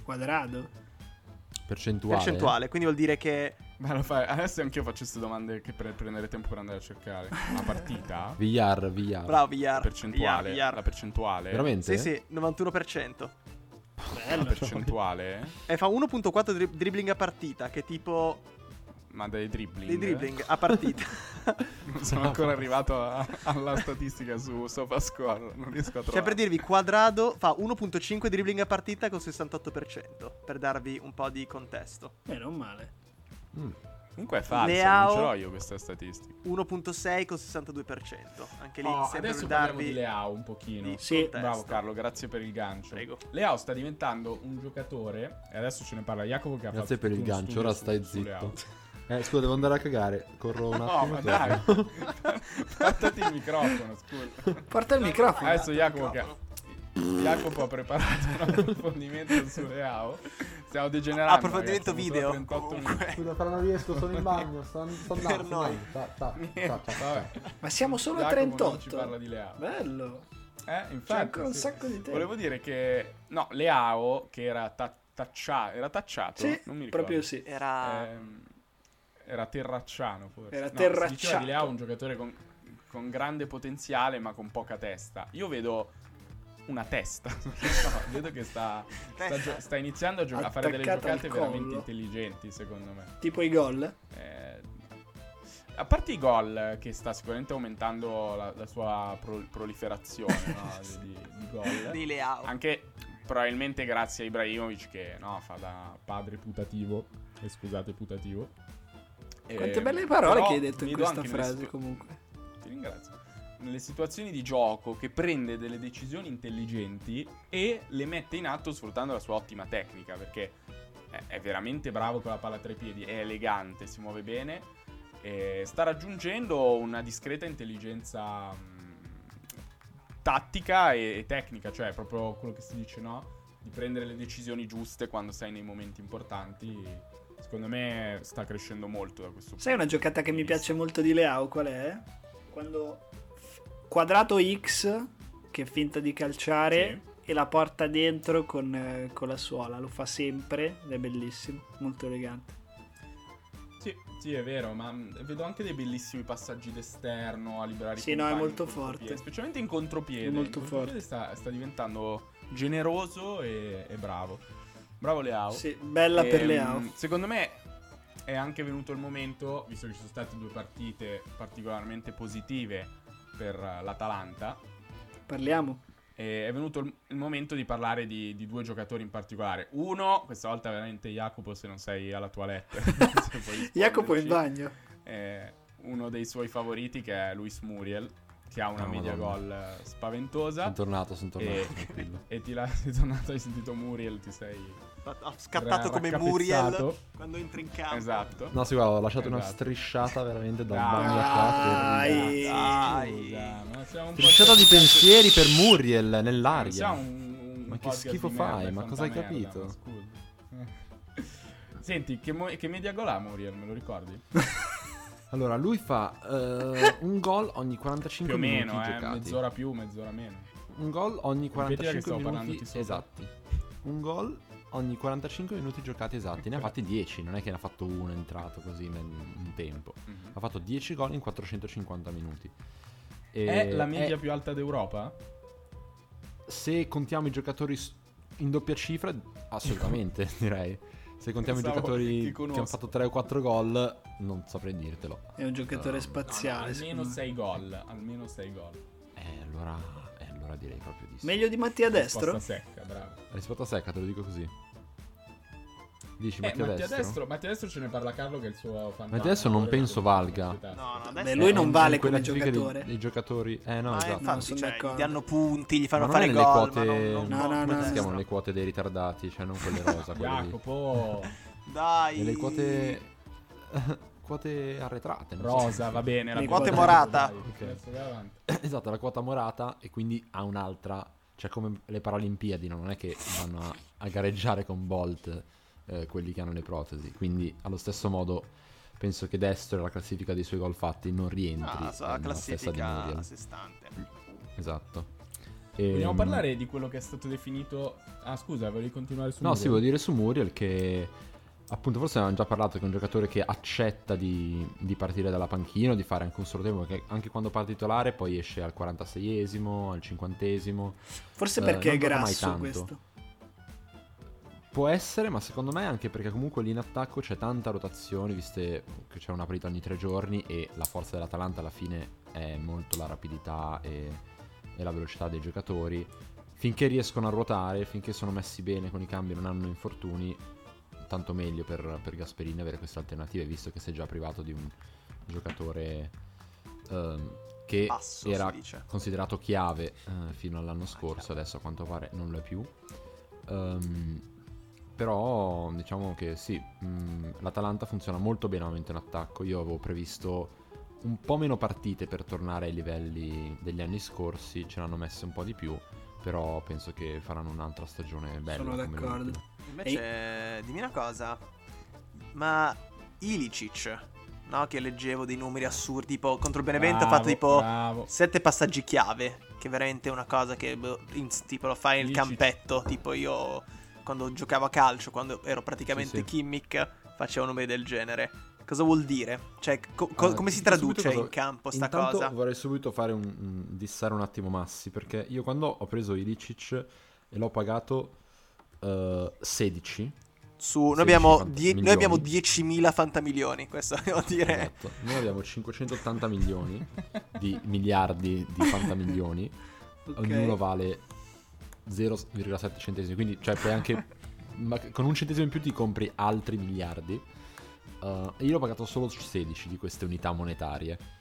Speaker 2: quadrado.
Speaker 1: Percentuale.
Speaker 3: Percentuale, quindi vuol dire che
Speaker 4: Ma lo fai, adesso anch'io faccio queste domande che per prendere tempo per andare a cercare. La partita?
Speaker 1: VR, VR.
Speaker 3: bravo
Speaker 4: La
Speaker 3: Villar,
Speaker 4: percentuale?
Speaker 3: Villar, Villar.
Speaker 4: La percentuale?
Speaker 1: Veramente?
Speaker 3: Sì, sì, 91%.
Speaker 4: La
Speaker 2: Bello.
Speaker 4: percentuale?
Speaker 3: E fa 1.4 dri- dribbling a partita, che è tipo
Speaker 4: Ma dai dribbling?
Speaker 3: dei dribbling a partita.
Speaker 4: Non sono ancora arrivato a- alla statistica su SofaScore. Non riesco a trovare.
Speaker 3: cioè per dirvi, Quadrado fa 1.5 dribbling a partita con 68%, per darvi un po' di contesto.
Speaker 2: Eh, non male.
Speaker 1: Mm.
Speaker 4: Comunque è falso,
Speaker 3: Leao-
Speaker 4: non ce l'ho io questa statistica.
Speaker 3: 1.6 con 62%. Anche lì
Speaker 4: Oh,
Speaker 3: sempre per
Speaker 4: adesso parliamo
Speaker 3: darvi
Speaker 4: di Leao un pochino.
Speaker 3: di
Speaker 2: Sì.
Speaker 3: contesto.
Speaker 4: Bravo Carlo, grazie per il gancio.
Speaker 3: Prego.
Speaker 4: Leao sta diventando un giocatore e adesso ce ne parla Jacopo che ha
Speaker 1: Grazie
Speaker 4: fatto
Speaker 1: per il
Speaker 4: tutto uno
Speaker 1: gancio,
Speaker 4: studio
Speaker 1: ora
Speaker 4: su-
Speaker 1: stai
Speaker 4: su
Speaker 1: zitto.
Speaker 4: Leao.
Speaker 1: Eh, scusa, devo andare a cagare. Corro un
Speaker 4: No,
Speaker 1: attimo.
Speaker 4: ma
Speaker 1: e
Speaker 4: dai.
Speaker 1: torno.
Speaker 4: Portati il microfono, scusa.
Speaker 2: Porta il microfono.
Speaker 4: Adesso Jacopo, che-
Speaker 3: cavolo.
Speaker 4: Jacopo ha preparato un approfondimento su Leao. Stiamo degenerando.
Speaker 3: Approfondimento
Speaker 4: ragazzi, abbiamo
Speaker 3: video.
Speaker 4: solo 38 minuti.
Speaker 3: Comunque.
Speaker 1: Scusa, però non riesco, sono in bagno. Sto, sto andando.
Speaker 3: Per noi.
Speaker 1: sta- sta- sta-
Speaker 4: Niente,
Speaker 1: sta-
Speaker 4: vabbè.
Speaker 2: Ma siamo solo a
Speaker 4: Jacopo non ci
Speaker 2: 38.
Speaker 4: parla di Leao.
Speaker 2: Bello.
Speaker 4: Eh, infatti,
Speaker 2: C'è ancora un
Speaker 4: sì.
Speaker 2: sacco di tempo.
Speaker 4: Volevo dire che no, Leao che era ta- taccia- era tacciato,
Speaker 2: Sì,
Speaker 4: non mi ricordo.
Speaker 2: proprio sì.
Speaker 3: Era
Speaker 4: Ehm, era terracciano forse.
Speaker 2: Era
Speaker 4: No,
Speaker 2: terracciato.
Speaker 4: si diceva di Leao un giocatore con, con grande potenziale, ma con poca testa. Io vedo una testa. No, vedo che sta, sta, gio- sta iniziando a, gio- a fare delle
Speaker 2: Attaccata al
Speaker 4: giocate
Speaker 2: collo.
Speaker 4: veramente intelligenti, secondo me.
Speaker 2: Tipo i gol.
Speaker 4: Eh, a parte i gol, eh, che sta sicuramente aumentando la, la sua pro- proliferazione no, di, di gol,
Speaker 3: di Leao.
Speaker 4: anche probabilmente grazie a Ibrahimovic che no, fa da padre putativo, e scusate putativo. Eh,
Speaker 2: Quante belle parole
Speaker 4: però
Speaker 2: che hai detto in
Speaker 4: vedo
Speaker 2: questa
Speaker 4: anche nelle
Speaker 2: frase
Speaker 4: situ-
Speaker 2: comunque.
Speaker 4: Ti ringrazio. nelle situazioni di gioco che prende delle decisioni intelligenti e le mette in atto sfruttando la sua ottima tecnica perché è, è veramente bravo con la palla tra i piedi, è elegante, si muove bene e sta raggiungendo una discreta intelligenza mh, tattica e, e tecnica, cioè proprio quello che si dice, no? Di prendere le decisioni giuste quando sei nei momenti importanti. Secondo me sta crescendo molto da questo punto.
Speaker 2: Sai una giocata che mi piace molto di Leao qual è? Quando f- quadrato X che finta di calciare e la porta dentro con, eh, con la suola, lo fa sempre ed è bellissimo, molto elegante.
Speaker 4: Sì, sì, è vero, ma mh, vedo anche dei bellissimi passaggi d'esterno a liberare
Speaker 2: Sì,
Speaker 4: i
Speaker 2: no, è
Speaker 4: compagni
Speaker 2: molto
Speaker 4: in contropiede,
Speaker 2: forte.
Speaker 4: specialmente in contropiede.
Speaker 2: È molto
Speaker 4: In contropiede Sta, sta diventando generoso e, e bravo. Bravo Leao.
Speaker 2: Sì, bella per
Speaker 4: Ehm,
Speaker 2: Leao.
Speaker 4: Secondo me è anche venuto il momento, visto che ci sono state due partite particolarmente positive per eh, l'Atalanta,
Speaker 2: Parliamo.
Speaker 4: e è venuto il, il momento di parlare di, di due giocatori in particolare. Uno, questa volta veramente Jacopo, se non sei alla toilette. se puoi risponderci.
Speaker 2: Jacopo è in bagno.
Speaker 4: È uno dei suoi favoriti che è Luis Muriel, che ha una
Speaker 1: Oh,
Speaker 4: media
Speaker 1: Madonna.
Speaker 4: gol eh, spaventosa.
Speaker 1: Sono tornato, sono tornato,
Speaker 4: E-
Speaker 1: tranquillo.
Speaker 4: E ti la- sei tornato, hai sentito Muriel, ti sei
Speaker 3: Ho scattato
Speaker 4: ra-
Speaker 3: come
Speaker 4: raccapezzato.
Speaker 3: Muriel quando entra in campo.
Speaker 4: Esatto.
Speaker 1: No, sì, guarda, ho lasciato una
Speaker 4: Esatto.
Speaker 1: strisciata veramente da un
Speaker 4: Dai.
Speaker 1: bagno a qua.
Speaker 2: Dai.
Speaker 1: terribile.
Speaker 3: Dai.
Speaker 4: Scusa, ma siamo un
Speaker 1: Strisciata di pensieri per Muriel
Speaker 4: podcast-
Speaker 1: nell'aria.
Speaker 4: siamo un- un
Speaker 1: Ma che
Speaker 4: podcast
Speaker 1: schifo
Speaker 4: di
Speaker 1: fai?
Speaker 4: merda,
Speaker 1: Ma
Speaker 4: tanta
Speaker 1: cosa hai
Speaker 4: merda,
Speaker 1: capito?
Speaker 4: ma scusa. Senti, che, mo- che media gol ha Muriel, me lo ricordi?
Speaker 1: Allora, lui fa eh, un gol ogni 45
Speaker 4: Più o
Speaker 1: minuti
Speaker 4: meno, eh,
Speaker 1: giocati.
Speaker 4: mezz'ora più, mezz'ora meno.
Speaker 1: Un gol ogni
Speaker 4: Vedi
Speaker 1: 45
Speaker 4: che stavo parlando
Speaker 1: minuti
Speaker 4: di sopra.
Speaker 1: esatti. Un gol ogni 45 minuti giocati esatti. Ne ha fatti 10, non è che ne ha fatto uno è entrato così in un tempo.
Speaker 4: Mhm.
Speaker 1: Ha fatto 10 gol in 450 minuti. E
Speaker 4: È la media
Speaker 1: è-
Speaker 4: più alta d'Europa?
Speaker 1: se contiamo i giocatori s- in doppia cifra, assolutamente direi. Se contiamo
Speaker 4: Pensavo
Speaker 1: i
Speaker 4: che
Speaker 1: giocatori che
Speaker 4: conosco.
Speaker 1: hanno fatto 3 o 4 gol, non saprei dirtelo.
Speaker 2: È un
Speaker 1: Um,
Speaker 2: giocatore
Speaker 4: Oh, No, no,
Speaker 2: spaziale.
Speaker 4: almeno
Speaker 2: secondo me.
Speaker 4: 6 gol, almeno 6 gol.
Speaker 1: Eh, allora, eh, allora direi proprio di sì.
Speaker 2: Meglio di Mattia Destro?
Speaker 4: Risposta secca, bravo.
Speaker 1: Rispetto a secca, te lo dico così. Dici,
Speaker 4: Eh,
Speaker 1: Mattia
Speaker 4: Mattia
Speaker 1: Destro?
Speaker 4: Destro, Mattia Destro ce ne parla Carlo che è il suo fantasma.
Speaker 1: Mattia Destro non penso valga.
Speaker 3: No, no, adesso...
Speaker 2: Beh, lui
Speaker 1: Eh,
Speaker 2: non
Speaker 1: in-
Speaker 2: vale
Speaker 1: in quella
Speaker 2: come
Speaker 1: classifica dei-
Speaker 2: giocatore.
Speaker 1: Dei, giocatori. Eh no,
Speaker 3: Ma
Speaker 1: esatto.
Speaker 2: no,
Speaker 3: infatti,
Speaker 2: sono
Speaker 3: cioè,
Speaker 2: d'accordo.
Speaker 3: gli danno punti, gli
Speaker 1: Ma
Speaker 3: fanno
Speaker 1: non
Speaker 3: fare
Speaker 1: è nelle
Speaker 3: gol,
Speaker 1: quote-
Speaker 3: ma non, non
Speaker 2: No, no,
Speaker 3: porta
Speaker 2: no,
Speaker 1: Come si
Speaker 3: destro.
Speaker 1: chiamano le quote dei ritardati? Cioè, non quelle rosa, quelle lì.
Speaker 4: Jacopo,
Speaker 3: Dai.
Speaker 1: Nelle quote. quote arretrate. non so.
Speaker 4: rosa, va bene. La
Speaker 2: Le
Speaker 4: quota
Speaker 2: quote
Speaker 4: è
Speaker 3: morata.
Speaker 4: dai,
Speaker 1: Ok.
Speaker 4: adesso vai avanti.
Speaker 1: Esatto, la quota morata e quindi ha un'altra, cioè come le Paralimpiadi, no? non è che vanno a, a gareggiare con Bolt eh, quelli che hanno le protesi, quindi allo stesso modo penso che destro la classifica dei suoi gol fatti non rientri
Speaker 3: Ah, so, la
Speaker 1: nella stessa di
Speaker 3: classifica a
Speaker 1: Muriel.
Speaker 3: sé stante.
Speaker 1: Esatto.
Speaker 4: Vogliamo
Speaker 1: Ehm,
Speaker 4: parlare di quello che è stato definito. Ah, scusa, volevi continuare su
Speaker 1: No,
Speaker 4: Muriel?
Speaker 1: sì, volevo dire su Muriel che appunto forse avevamo già parlato che è un giocatore che accetta di, di partire dalla panchina, di fare anche un solo tempo, perché anche quando parte titolare poi esce al 46esimo, al 50esimo.
Speaker 2: Forse
Speaker 1: Eh,
Speaker 2: perché
Speaker 1: non
Speaker 2: è
Speaker 1: gioca mai
Speaker 2: grasso
Speaker 1: tanto.
Speaker 2: questo.
Speaker 1: Può essere, ma secondo me anche perché comunque lì in attacco c'è tanta rotazione, viste che c'è una partita ogni tre giorni e la forza dell'Atalanta alla fine è molto la rapidità e, e la velocità dei giocatori. Finché riescono a ruotare, finché sono messi bene con i cambi e non hanno infortuni, tanto meglio per, per Gasperini avere queste alternative, visto che si è già privato di un giocatore ehm, che
Speaker 3: Passo,
Speaker 1: era
Speaker 3: si dice.
Speaker 1: Cioè, considerato chiave eh, fino all'anno
Speaker 2: Ah,
Speaker 1: scorso, adesso a quanto pare non lo è più. Ehm, però diciamo che sì, mm, l'Atalanta funziona molto bene al momento in attacco. Io avevo previsto un po' meno partite per tornare ai livelli degli anni scorsi, ce l'hanno messe un po' di più, però penso che faranno un'altra stagione bella.
Speaker 2: Sono
Speaker 1: come
Speaker 2: d'accordo.
Speaker 1: l'ultima.
Speaker 3: Invece, dimmi una cosa, ma Ilicic, no? Che leggevo dei numeri assurdi, tipo contro il Benevento ha
Speaker 4: Bravo,
Speaker 3: fatto tipo
Speaker 4: bravo.
Speaker 3: sette passaggi chiave, che è veramente una cosa che boh, in- tipo lo fai nel
Speaker 4: Ilicic.
Speaker 3: campetto, tipo io quando giocavo a calcio, quando ero praticamente
Speaker 1: Sì, sì.
Speaker 3: Kimmich, facevo numeri del genere. Cosa vuol dire? Cioè, co- co-
Speaker 1: Ah,
Speaker 3: come si
Speaker 1: dico subito
Speaker 3: traduce
Speaker 1: cosa-
Speaker 3: in campo sta
Speaker 1: Intanto
Speaker 3: cosa?
Speaker 1: vorrei subito fare un, un- dissare un attimo Massi, perché io quando ho preso Ilicic e l'ho pagato eh, 16,
Speaker 3: Su, noi
Speaker 1: 16,
Speaker 3: abbiamo,
Speaker 1: fanta-
Speaker 3: die- noi
Speaker 1: milioni.
Speaker 3: abbiamo 10.000 fantamilioni, questo devo dire.
Speaker 1: Esatto. Noi abbiamo 580 milioni di miliardi di fantamilioni.
Speaker 2: Ok.
Speaker 1: Ognuno vale 0,7 centesimi. Quindi, cioè, puoi anche. ma con un centesimo in più ti compri altri miliardi. Eh, e io l'ho pagato solo 16 di queste unità monetarie.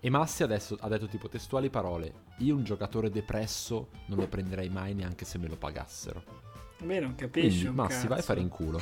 Speaker 1: E Massi adesso ha detto tipo testuali parole, io un giocatore depresso non lo prenderei mai neanche se me lo pagassero.
Speaker 2: Vabbè, non capisci.
Speaker 1: Quindi
Speaker 2: un
Speaker 1: Massi
Speaker 2: cazzo.
Speaker 1: vai a fare in culo.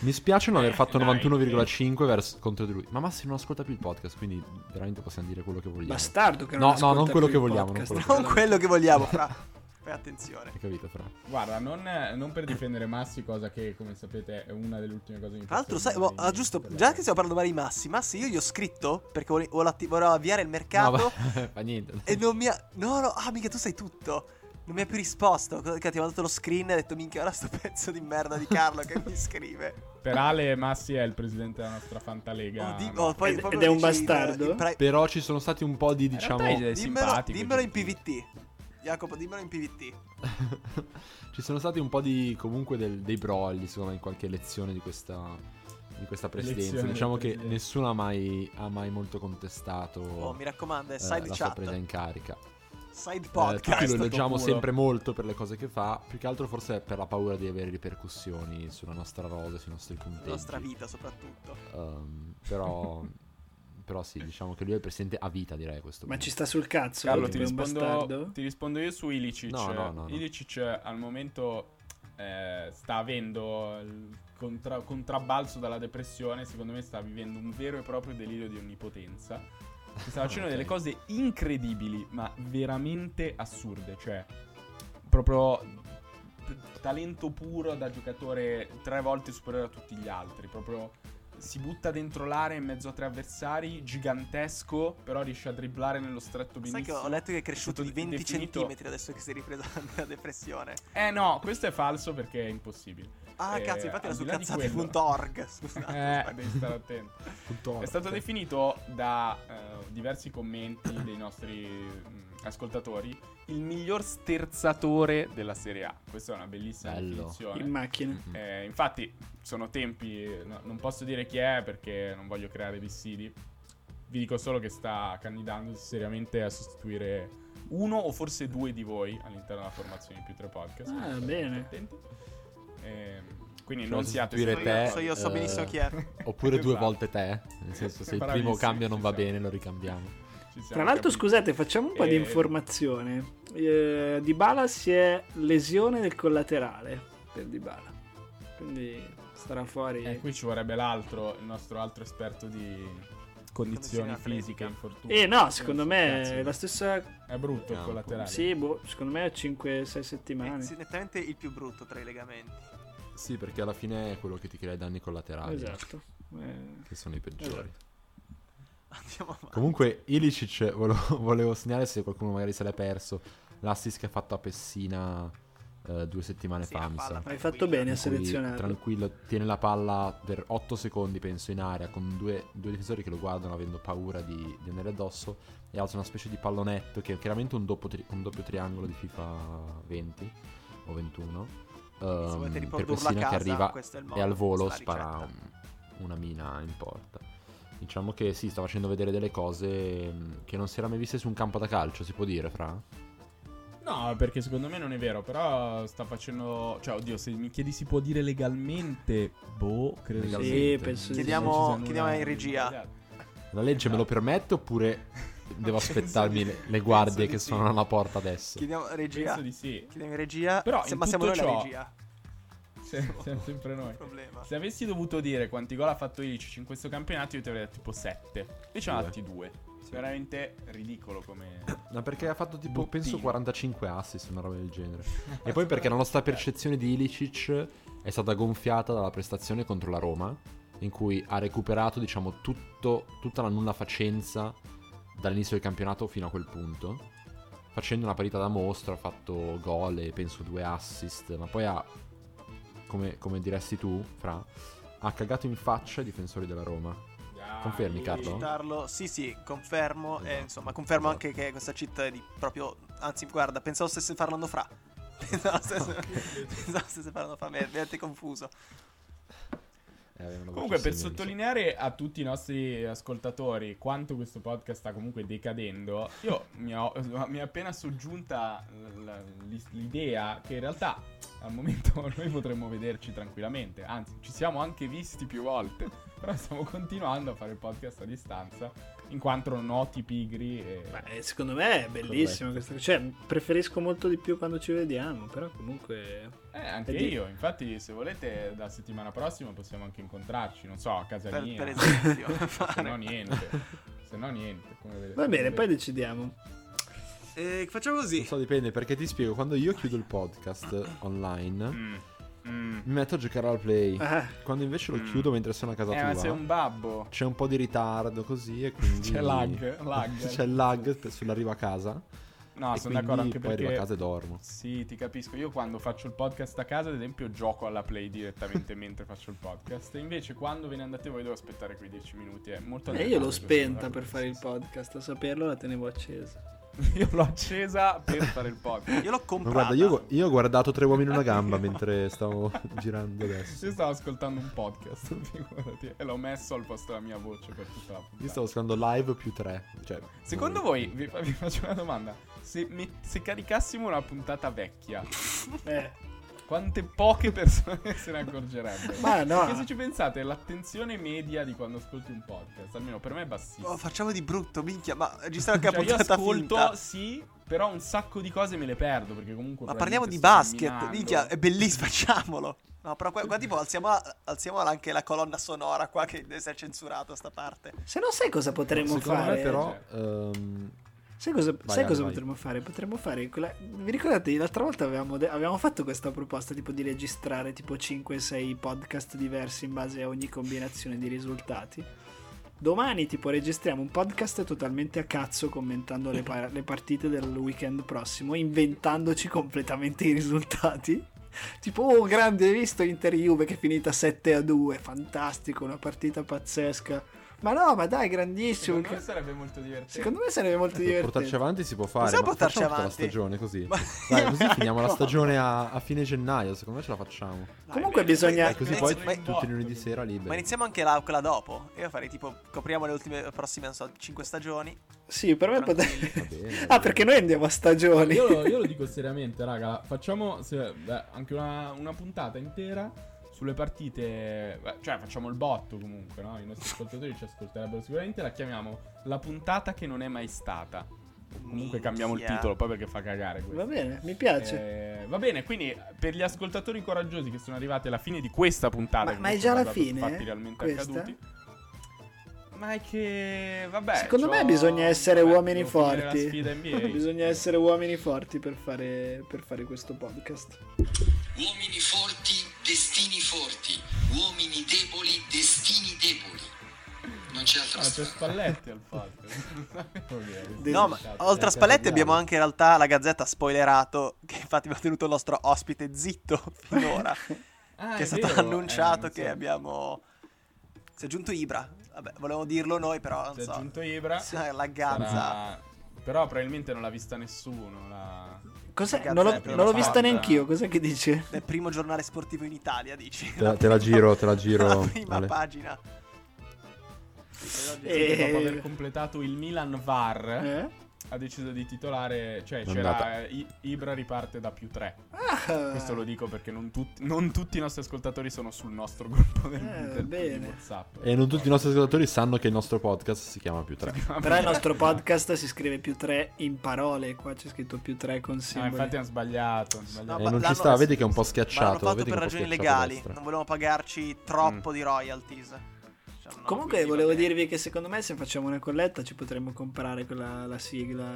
Speaker 1: Mi spiace non aver fatto
Speaker 4: Eh, dai,
Speaker 1: 91,5 vers- contro di lui, ma Massi non ascolta più il podcast, quindi veramente possiamo dire quello che vogliamo.
Speaker 2: Bastardo che
Speaker 1: No,
Speaker 2: non
Speaker 1: no,
Speaker 2: ascolta
Speaker 1: non quello
Speaker 2: più
Speaker 1: che
Speaker 2: il
Speaker 1: vogliamo,
Speaker 2: podcast.
Speaker 1: non
Speaker 3: Non quello che vogliamo, fra. Fai attenzione.
Speaker 1: Hai capito, Fra?
Speaker 4: Guarda, non, non per difendere Massi, cosa che come sapete è una delle ultime cose che mi
Speaker 3: Tra l'altro, sai,
Speaker 4: piacciono
Speaker 3: boh,
Speaker 4: di-
Speaker 3: ah, giusto,
Speaker 4: quella-
Speaker 3: già che stiamo parlando male di Massi, Massi, io gli ho scritto perché vole- volevo, atti- volevo avviare il mercato
Speaker 1: No, va- fa niente.
Speaker 3: e non mi ha. No, no, ah, mica tu sai tutto. Non mi ha più risposto. Co- Che ti ha mandato lo screen e ha detto, minchia, ora sto pezzo di merda di Carlo che mi scrive.
Speaker 4: Per Ale, Massi è il presidente della nostra Fantalega.
Speaker 3: Oh, di-
Speaker 4: no.
Speaker 3: oh, poi-
Speaker 2: Ed-
Speaker 3: proprio
Speaker 2: ed è un
Speaker 3: dici il-
Speaker 2: bastardo?
Speaker 3: il pri-
Speaker 1: Però ci sono stati un po'
Speaker 3: Eh,
Speaker 1: di,
Speaker 4: In
Speaker 1: diciamo...
Speaker 4: realtà è
Speaker 3: dimmelo,
Speaker 4: simpatico,
Speaker 3: dimmelo in
Speaker 4: gentile.
Speaker 3: PVT. Jacopo, dimmelo in PVT.
Speaker 1: Ci sono stati un po' di comunque del- dei brogli, secondo me, in qualche lezione di questa, di questa presidenza.
Speaker 4: Lezione del
Speaker 1: diciamo che
Speaker 4: presidente.
Speaker 1: nessuno ha mai, ha mai molto contestato
Speaker 3: Oh, mi raccomando, è
Speaker 1: eh,
Speaker 3: side
Speaker 1: la sua presa
Speaker 3: chat.
Speaker 1: in carica.
Speaker 3: Side
Speaker 1: Eh, tutti
Speaker 3: podcast.
Speaker 1: lo
Speaker 4: sto
Speaker 1: elogiamo
Speaker 4: culo.
Speaker 1: sempre molto per le cose che fa, più che altro forse per la paura di avere ripercussioni sulla nostra rosa, sui nostri
Speaker 3: la
Speaker 1: punteggi.
Speaker 3: nostra vita, soprattutto.
Speaker 1: Ehm, però, però sì, diciamo che lui è il presidente a vita, direi a questo
Speaker 2: Ma
Speaker 1: punto.
Speaker 2: ci sta sul cazzo.
Speaker 4: Carlo,
Speaker 1: Sì,
Speaker 4: ti
Speaker 2: è un
Speaker 4: rispondo,
Speaker 2: bastardo.
Speaker 4: ti rispondo io su Ilicic.
Speaker 1: No, no, no, no.
Speaker 4: Ilicic eh, al momento eh, sta avendo il contra- contrabbalzo dalla depressione. Secondo me sta vivendo un vero e proprio delirio di onnipotenza. Si sta facendo
Speaker 1: Ok.
Speaker 4: delle cose incredibili, ma veramente assurde. Cioè, proprio t- talento puro da giocatore tre volte superiore a tutti gli altri. Proprio si butta dentro l'area in mezzo a tre avversari, gigantesco, però riesce a dribblare nello stretto
Speaker 3: Sai
Speaker 4: benissimo.
Speaker 3: che ho letto che è cresciuto di
Speaker 4: Sotto-
Speaker 3: 20
Speaker 4: definito-
Speaker 3: centimetri adesso che si è ripreso dalla depressione.
Speaker 4: Eh no, questo è falso perché è impossibile.
Speaker 3: Ah,
Speaker 4: Eh,
Speaker 3: cazzo, infatti era
Speaker 4: al
Speaker 3: su
Speaker 4: di là di
Speaker 3: cazzate.org. Scusate.
Speaker 4: Eh, devi stare attento.
Speaker 1: Punto
Speaker 4: È stato
Speaker 1: orto.
Speaker 4: definito da eh, diversi commenti dei nostri mm, ascoltatori il miglior sterzatore della Serie A. Questa è una bellissima
Speaker 1: Bello.
Speaker 4: definizione.
Speaker 2: In macchina.
Speaker 1: Mhm.
Speaker 4: Eh, infatti, sono tempi. no- non posso dire chi è perché non voglio creare dissidi. Vi dico solo che sta candidandosi seriamente a sostituire uno o forse due di voi all'interno della formazione di più tre podcast.
Speaker 2: Ah,
Speaker 4: quindi state
Speaker 2: bene.
Speaker 4: molto attenti. Ehm, quindi
Speaker 1: Cioè,
Speaker 4: non siate
Speaker 1: sostituire te,
Speaker 3: So
Speaker 4: solo-
Speaker 3: io, so, io so
Speaker 1: eh,
Speaker 3: benissimo chi è.
Speaker 1: Oppure due
Speaker 4: Esatto.
Speaker 1: volte te, eh? nel senso se il
Speaker 4: Bravissimo,
Speaker 1: primo cambio non
Speaker 4: ci
Speaker 1: va
Speaker 4: siamo.
Speaker 1: bene lo ricambiamo.
Speaker 4: Ci siamo
Speaker 2: Tra l'altro,
Speaker 4: capiti.
Speaker 2: scusate, facciamo un po' di
Speaker 4: Eh,
Speaker 2: informazione. Eh, Dybala si è lesione del collaterale per Dybala. Quindi starà fuori.
Speaker 4: Eh, qui ci vorrebbe l'altro, il nostro altro esperto di
Speaker 3: Condizioni
Speaker 4: condizioni
Speaker 3: atletiche.
Speaker 4: fisiche, infortuni.
Speaker 2: Eh no, secondo
Speaker 4: Cazzo,
Speaker 2: me è la stessa.
Speaker 4: è brutto il
Speaker 1: No,
Speaker 4: collaterale.
Speaker 2: Sì, boh, secondo me
Speaker 4: Eh,
Speaker 2: 5-6
Speaker 3: È
Speaker 2: settimane.
Speaker 3: sì, nettamente il più brutto tra i legamenti.
Speaker 1: Sì, perché alla fine è quello che ti crea i danni collaterali,
Speaker 2: Esatto. Eh,
Speaker 1: che sono i peggiori.
Speaker 2: Esatto.
Speaker 3: Andiamo avanti.
Speaker 1: Comunque Ilicic volevo, volevo segnalare se qualcuno magari se l'è perso l'assist che ha fatto a Pessina eh, due settimane
Speaker 3: Sì,
Speaker 1: fa,
Speaker 3: la
Speaker 1: mi
Speaker 3: palla
Speaker 1: sa.
Speaker 2: Hai fatto bene a
Speaker 1: In cui,
Speaker 2: selezionarlo.
Speaker 1: Tranquillo, tiene la palla per 8 secondi, penso, in aria con due, due difensori che lo guardano avendo paura di, di andare addosso e alza una specie di pallonetto che è chiaramente un doppio, tri- un doppio triangolo di FIFA 20 o 21.
Speaker 3: Se
Speaker 1: ehm, per
Speaker 3: volete riprodurla a
Speaker 1: Pessina che
Speaker 3: casa,
Speaker 1: arriva
Speaker 3: questo è il
Speaker 1: e
Speaker 3: modo,
Speaker 1: al volo
Speaker 3: questa è la
Speaker 1: spara
Speaker 3: ricetta.
Speaker 1: un- una mina in porta. Diciamo che sì, sta facendo vedere delle cose mh, che non si era mai viste su un campo da calcio, si può dire, Fra?
Speaker 4: No, perché secondo me non è vero, però sta facendo... Cioè, oddio, se mi chiedi si può dire legalmente, boh, credo che
Speaker 1: Legalmente.
Speaker 2: Sì, penso di
Speaker 3: Chiediamo-
Speaker 4: non ci sia nulla Esatto,
Speaker 3: chiediamo in
Speaker 4: di
Speaker 3: regia.
Speaker 4: sbagliato.
Speaker 1: La legge me lo permette oppure devo
Speaker 4: Penso
Speaker 1: aspettarmi
Speaker 4: di-
Speaker 1: le, le guardie
Speaker 4: penso
Speaker 1: che
Speaker 4: di sì.
Speaker 1: sono alla porta adesso?
Speaker 3: Chiediamo regia.
Speaker 4: Penso di sì.
Speaker 3: Chiediamo in regia.
Speaker 4: Però
Speaker 3: Se-
Speaker 4: in
Speaker 3: ma siamo noi
Speaker 4: tutto
Speaker 3: la
Speaker 4: ciò-
Speaker 3: regia.
Speaker 4: Se- siamo sempre noi.
Speaker 3: Problema.
Speaker 4: Se avessi dovuto dire quanti gol ha fatto Ilicic in questo campionato, io ti avrei detto tipo 7. Invece ne ha
Speaker 1: Due.
Speaker 4: fatti 2. Veramente ridicolo come...
Speaker 1: Ma perché ha fatto tipo,
Speaker 4: Bottino.
Speaker 1: penso, 45 assist, una roba del genere. e poi perché la nostra percezione di Ilicic è stata gonfiata dalla prestazione contro la Roma, in cui ha recuperato, diciamo, tutto, tutta la nulla facenza dall'inizio del campionato fino a quel punto. Facendo una partita da mostro, ha fatto gol e penso due assist, ma poi ha, come, come diresti tu, Fra, ha cagato in faccia i difensori della Roma.
Speaker 4: Ah,
Speaker 1: Confermi, Carlo?
Speaker 3: citarlo. Sì, sì, confermo.
Speaker 1: Esatto.
Speaker 3: E, insomma, confermo
Speaker 1: Esatto.
Speaker 3: anche che questa città è di proprio. Anzi, guarda, pensavo stesse parlando fra. Pensavo stesse, pensavo stesse parlando fra. Mi avete confuso.
Speaker 1: Eh, aveva una voce
Speaker 4: Comunque, per
Speaker 1: simile, mi sa.
Speaker 4: sottolineare a tutti i nostri ascoltatori quanto questo podcast sta comunque decadendo, io mi, ho- mi è appena soggiunta l- l- l'is- l'idea che in realtà al momento noi potremmo vederci tranquillamente, anzi ci siamo anche visti più volte, però stiamo continuando a fare il podcast a distanza, incontro noti pigri e...
Speaker 2: Beh, eh, secondo me è bellissimo questa cosa. Cioè, preferisco molto di più quando ci vediamo, però comunque...
Speaker 4: Eh, anche
Speaker 2: Ed-
Speaker 4: io, infatti se volete da settimana prossima possiamo anche incontrarci, non so, a casa
Speaker 3: Per,
Speaker 4: mia,
Speaker 3: per esempio.
Speaker 4: se no niente, se no niente. Come vedete,
Speaker 2: Va bene,
Speaker 4: come
Speaker 2: poi
Speaker 4: vedete.
Speaker 2: decidiamo.
Speaker 3: Eh, facciamo
Speaker 1: Non
Speaker 3: così.
Speaker 1: so, dipende perché ti spiego. Quando io chiudo il podcast online,
Speaker 4: Mm, mm.
Speaker 1: mi metto a giocare al play.
Speaker 2: Ah,
Speaker 1: Quando invece lo
Speaker 4: Mm.
Speaker 1: chiudo mentre sono a casa
Speaker 4: Eh, ma sei
Speaker 1: tua,
Speaker 4: un babbo.
Speaker 1: c'è un po' di ritardo così e quindi.
Speaker 4: C'è lag, lag.
Speaker 1: c'è il lag per- sull'arrivo a casa.
Speaker 4: No,
Speaker 1: e
Speaker 4: sono
Speaker 1: quindi
Speaker 4: d'accordo anche
Speaker 1: poi
Speaker 4: perché...
Speaker 1: arrivo a casa e dormo.
Speaker 4: Sì, ti capisco. Io quando faccio il podcast a casa, ad esempio, gioco alla play direttamente mentre faccio il podcast. E invece quando ve ne andate voi devo aspettare quei 10 minuti. È molto
Speaker 2: e Eh, io l'ho
Speaker 4: aleatorio,
Speaker 2: spenta
Speaker 4: sono
Speaker 2: per fare il
Speaker 4: d'accordo,
Speaker 2: podcast, a saperlo la tenevo accesa.
Speaker 4: sì, sì. Io l'ho accesa per fare il podcast.
Speaker 3: Io l'ho
Speaker 1: Ma guarda,
Speaker 3: comprata.
Speaker 1: io, io ho guardato tre uomini e una gamba mentre stavo girando adesso.
Speaker 4: Io stavo ascoltando un podcast, figurati, e l'ho messo al posto della mia voce per tutta la puntata.
Speaker 1: Io stavo ascoltando live più tre. Cioè,
Speaker 4: Secondo voi, vi, fa- vi faccio una domanda, se, me- se caricassimo una puntata vecchia,
Speaker 2: Eh,
Speaker 4: quante poche persone se ne accorgerebbero?
Speaker 2: Ma no.
Speaker 4: Perché se ci pensate, l'attenzione media di quando ascolti un podcast, almeno per me è bassissima.
Speaker 3: Oh, facciamo di brutto, minchia. Ma registrare anche
Speaker 4: Cioè,
Speaker 3: la
Speaker 4: io
Speaker 3: puntata
Speaker 4: ascolto,
Speaker 3: finta.
Speaker 4: sì, però un sacco di cose me le perdo perché comunque...
Speaker 3: Ma parliamo di
Speaker 4: probabilmente
Speaker 3: basket,
Speaker 4: sto
Speaker 3: minchia,
Speaker 4: camminando.
Speaker 3: è bellissimo, facciamolo. No, però qua, qua tipo alziamo, alziamo anche la colonna sonora qua che deve essere censurata sta parte.
Speaker 2: Se no sai cosa potremmo
Speaker 1: Secondo
Speaker 2: fare?
Speaker 4: Eh,
Speaker 1: me, però.
Speaker 4: cioè.
Speaker 1: ehm,
Speaker 2: Sai cosa,
Speaker 1: Vai,
Speaker 2: sai
Speaker 1: Ale,
Speaker 2: cosa
Speaker 1: vai.
Speaker 2: potremmo fare? Potremmo fare quella... Vi ricordate, l'altra volta avevamo, de- avevamo fatto questa proposta tipo di registrare tipo 5-6 podcast diversi in base a ogni combinazione di risultati. Domani tipo registriamo un podcast totalmente a cazzo commentando le, par- le partite del weekend prossimo, inventandoci completamente i risultati. Tipo, oh grande, hai visto Inter-Juve che è finita 7 a 2, fantastico, una partita pazzesca. Ma no, ma dai, grandissimo.
Speaker 4: Secondo me sarebbe molto divertente.
Speaker 2: Secondo me sarebbe molto
Speaker 1: Eh, per
Speaker 2: divertente.
Speaker 1: portarci avanti si può fare.
Speaker 3: Possiamo
Speaker 1: ma
Speaker 3: portarci
Speaker 1: facciamo tutta
Speaker 3: avanti.
Speaker 1: la stagione così.
Speaker 3: Ma-
Speaker 1: Dai, così finiamo la
Speaker 2: Ecco. Eh,
Speaker 1: stagione a, a fine gennaio. Secondo me ce la facciamo.
Speaker 3: Dai,
Speaker 2: Comunque
Speaker 3: bene.
Speaker 2: bisogna-
Speaker 1: E così
Speaker 3: Ma-
Speaker 1: poi
Speaker 3: ma-
Speaker 1: tutti i lunedì sera
Speaker 3: Ma
Speaker 1: liberi.
Speaker 3: iniziamo anche la, quella dopo. Io farei tipo, copriamo le ultime, le prossime, non so, 5 stagioni.
Speaker 2: Sì, per
Speaker 4: Ah,
Speaker 2: me
Speaker 3: Tranquilli.
Speaker 1: Va
Speaker 2: potrebbe.
Speaker 1: bene, va
Speaker 2: Ah,
Speaker 1: bene.
Speaker 2: perché noi andiamo a stagioni.
Speaker 4: Io lo, io lo dico seriamente, raga. Facciamo se- beh, anche una, una puntata intera sulle partite. beh, cioè, facciamo il botto comunque, no? I nostri ascoltatori ci ascolterebbero sicuramente. La chiamiamo la puntata che non è mai stata. O Comunque cambiamo il
Speaker 3: Minchia.
Speaker 4: titolo, poi perché fa cagare questo.
Speaker 2: Va bene, mi piace.
Speaker 4: Eh, va bene, quindi per gli ascoltatori coraggiosi che sono arrivati alla fine di questa puntata,
Speaker 2: Ma-
Speaker 4: che
Speaker 2: ma è
Speaker 4: non
Speaker 2: già
Speaker 4: sono
Speaker 2: la fine,
Speaker 4: fatti
Speaker 2: eh?
Speaker 4: realmente
Speaker 2: Questa?
Speaker 4: accaduti. Ma è che vabbè,
Speaker 2: Secondo
Speaker 4: c'ho-
Speaker 2: me bisogna essere
Speaker 4: vabbè,
Speaker 2: uomini
Speaker 4: devo finire la
Speaker 2: forti.
Speaker 4: sfida NBA.
Speaker 2: bisogna essere uomini forti per fare, per fare questo podcast.
Speaker 5: Uomini forti, destini forti. Uomini deboli, destini deboli. Non c'è altra
Speaker 4: Ah, c'è
Speaker 5: strada.
Speaker 4: Spalletti al fatto. Non sapevo che era
Speaker 3: No, ma
Speaker 4: stato.
Speaker 3: oltre a Spalletti abbiamo anche in realtà la Gazzetta spoilerato, che infatti abbiamo tenuto il nostro ospite zitto finora, che
Speaker 4: Ah,
Speaker 3: è stato
Speaker 4: vero,
Speaker 3: annunciato
Speaker 4: eh, non
Speaker 3: che
Speaker 4: so.
Speaker 3: abbiamo... Si è aggiunto Ibra, vabbè, volevamo dirlo noi però, non
Speaker 4: Si è
Speaker 3: so.
Speaker 4: aggiunto Ibra.
Speaker 3: Sì, la Gazza.
Speaker 4: Sarà- Però probabilmente non l'ha vista nessuno. La...
Speaker 2: Cos'è?
Speaker 3: Ragazzi,
Speaker 2: Non
Speaker 3: è
Speaker 4: eh,
Speaker 2: l'ho,
Speaker 3: la prima
Speaker 2: non l'ho
Speaker 4: volta.
Speaker 2: vista neanch'io. Cos'è che dice?
Speaker 3: Del primo giornale sportivo in Italia, dici?
Speaker 1: Te la- te la giro, te la giro,
Speaker 3: La prima
Speaker 1: Ale.
Speaker 3: pagina.
Speaker 2: Eh,
Speaker 4: cioè, Dopo aver completato il Milan VAR,
Speaker 2: Eh?
Speaker 4: ha deciso di titolare. Cioè,
Speaker 1: È
Speaker 4: c'era,
Speaker 1: andata.
Speaker 4: I- Ibra riparte da più 3.
Speaker 3: Eh.
Speaker 2: Ah,
Speaker 4: Questo lo dico perché non, tutti- non tutti i nostri ascoltatori sono sul nostro gruppo del,
Speaker 2: Eh,
Speaker 4: del-
Speaker 2: bene.
Speaker 4: di WhatsApp.
Speaker 1: E non tutti i nostri ascoltatori sanno che il nostro podcast si chiama più 3.
Speaker 4: Ah,
Speaker 2: Però il nostro podcast si scrive più 3 in parole. Qua c'è scritto più 3 con
Speaker 4: No,
Speaker 2: simboli.
Speaker 4: infatti hanno sbagliato. hanno sbagliato.
Speaker 1: E
Speaker 3: ma
Speaker 1: non
Speaker 3: l'hanno-
Speaker 1: ci sta, vedi che è un po'
Speaker 3: Ma l'hanno
Speaker 1: schiacciato.
Speaker 3: fatto
Speaker 1: vedi
Speaker 3: per
Speaker 1: che è un po'
Speaker 3: ragioni
Speaker 1: schiacciato a
Speaker 3: legali,
Speaker 1: destra.
Speaker 3: non volevano pagarci troppo di royalties. Cioè, no,
Speaker 2: Comunque
Speaker 3: quindi
Speaker 2: volevo
Speaker 3: vabbè.
Speaker 2: dirvi che secondo me se facciamo una colletta ci potremmo comprare quella la sigla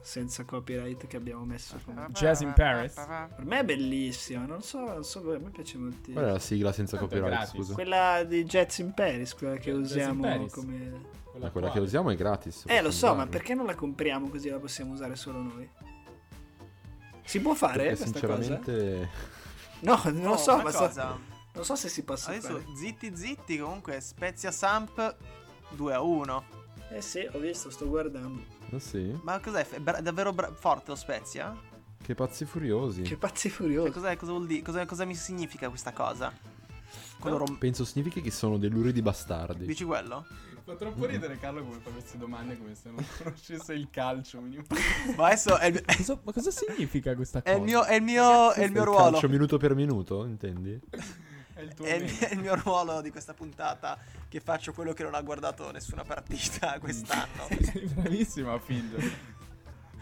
Speaker 2: senza copyright che abbiamo messo. come-
Speaker 4: Jazz in Paris.
Speaker 3: Ah,
Speaker 2: Per me è bellissima, non so, non so, a me piace moltissimo.
Speaker 1: Qual è la sigla senza
Speaker 4: Tanto è
Speaker 1: copyright,
Speaker 4: gratis.
Speaker 1: scusa?
Speaker 2: Quella di Jets in Paris, quella che
Speaker 4: Jets in
Speaker 2: usiamo
Speaker 4: Paris.
Speaker 2: come...
Speaker 1: Ma quella che usiamo è gratis.
Speaker 2: Eh, lo so,
Speaker 1: possiamo
Speaker 2: ma
Speaker 1: usarla.
Speaker 2: perché non la compriamo così la possiamo usare solo noi? Si può fare
Speaker 1: Perché
Speaker 2: questa cosa?
Speaker 1: sinceramente...
Speaker 2: No, non lo
Speaker 3: Oh,
Speaker 2: so,
Speaker 3: una
Speaker 2: ma so-
Speaker 3: cosa.
Speaker 2: non so se si possa fare.
Speaker 3: Adesso zitti zitti, comunque Spezia Samp 2 a 1.
Speaker 2: Eh sì, ho visto, sto guardando.
Speaker 1: Ah, sì?
Speaker 3: Ma cos'è? È bra- davvero bra- forte lo Spezia?
Speaker 1: Che pazzi furiosi.
Speaker 2: Che pazzi
Speaker 3: Cioè,
Speaker 2: furiosi.
Speaker 3: cos'è, cosa vuol dire? Cosa, cosa mi significa questa cosa? Coloro...
Speaker 1: Penso significhi che sono dei luridi bastardi.
Speaker 3: Dici quello?
Speaker 4: Fa troppo ridere Carlo come fa queste domande come se non conoscesse il calcio. minimo.
Speaker 3: Ma adesso è il,
Speaker 6: Ma cosa, ma cosa significa questa
Speaker 3: è
Speaker 6: cosa?
Speaker 3: il mio, è il mio, è il mio ruolo.
Speaker 1: Calcio minuto per minuto, intendi?
Speaker 4: È il tuo
Speaker 3: È il,
Speaker 4: meme.
Speaker 3: è il mio ruolo di questa puntata che faccio quello che non ha guardato nessuna partita quest'anno.
Speaker 4: Sei bravissima, figlio.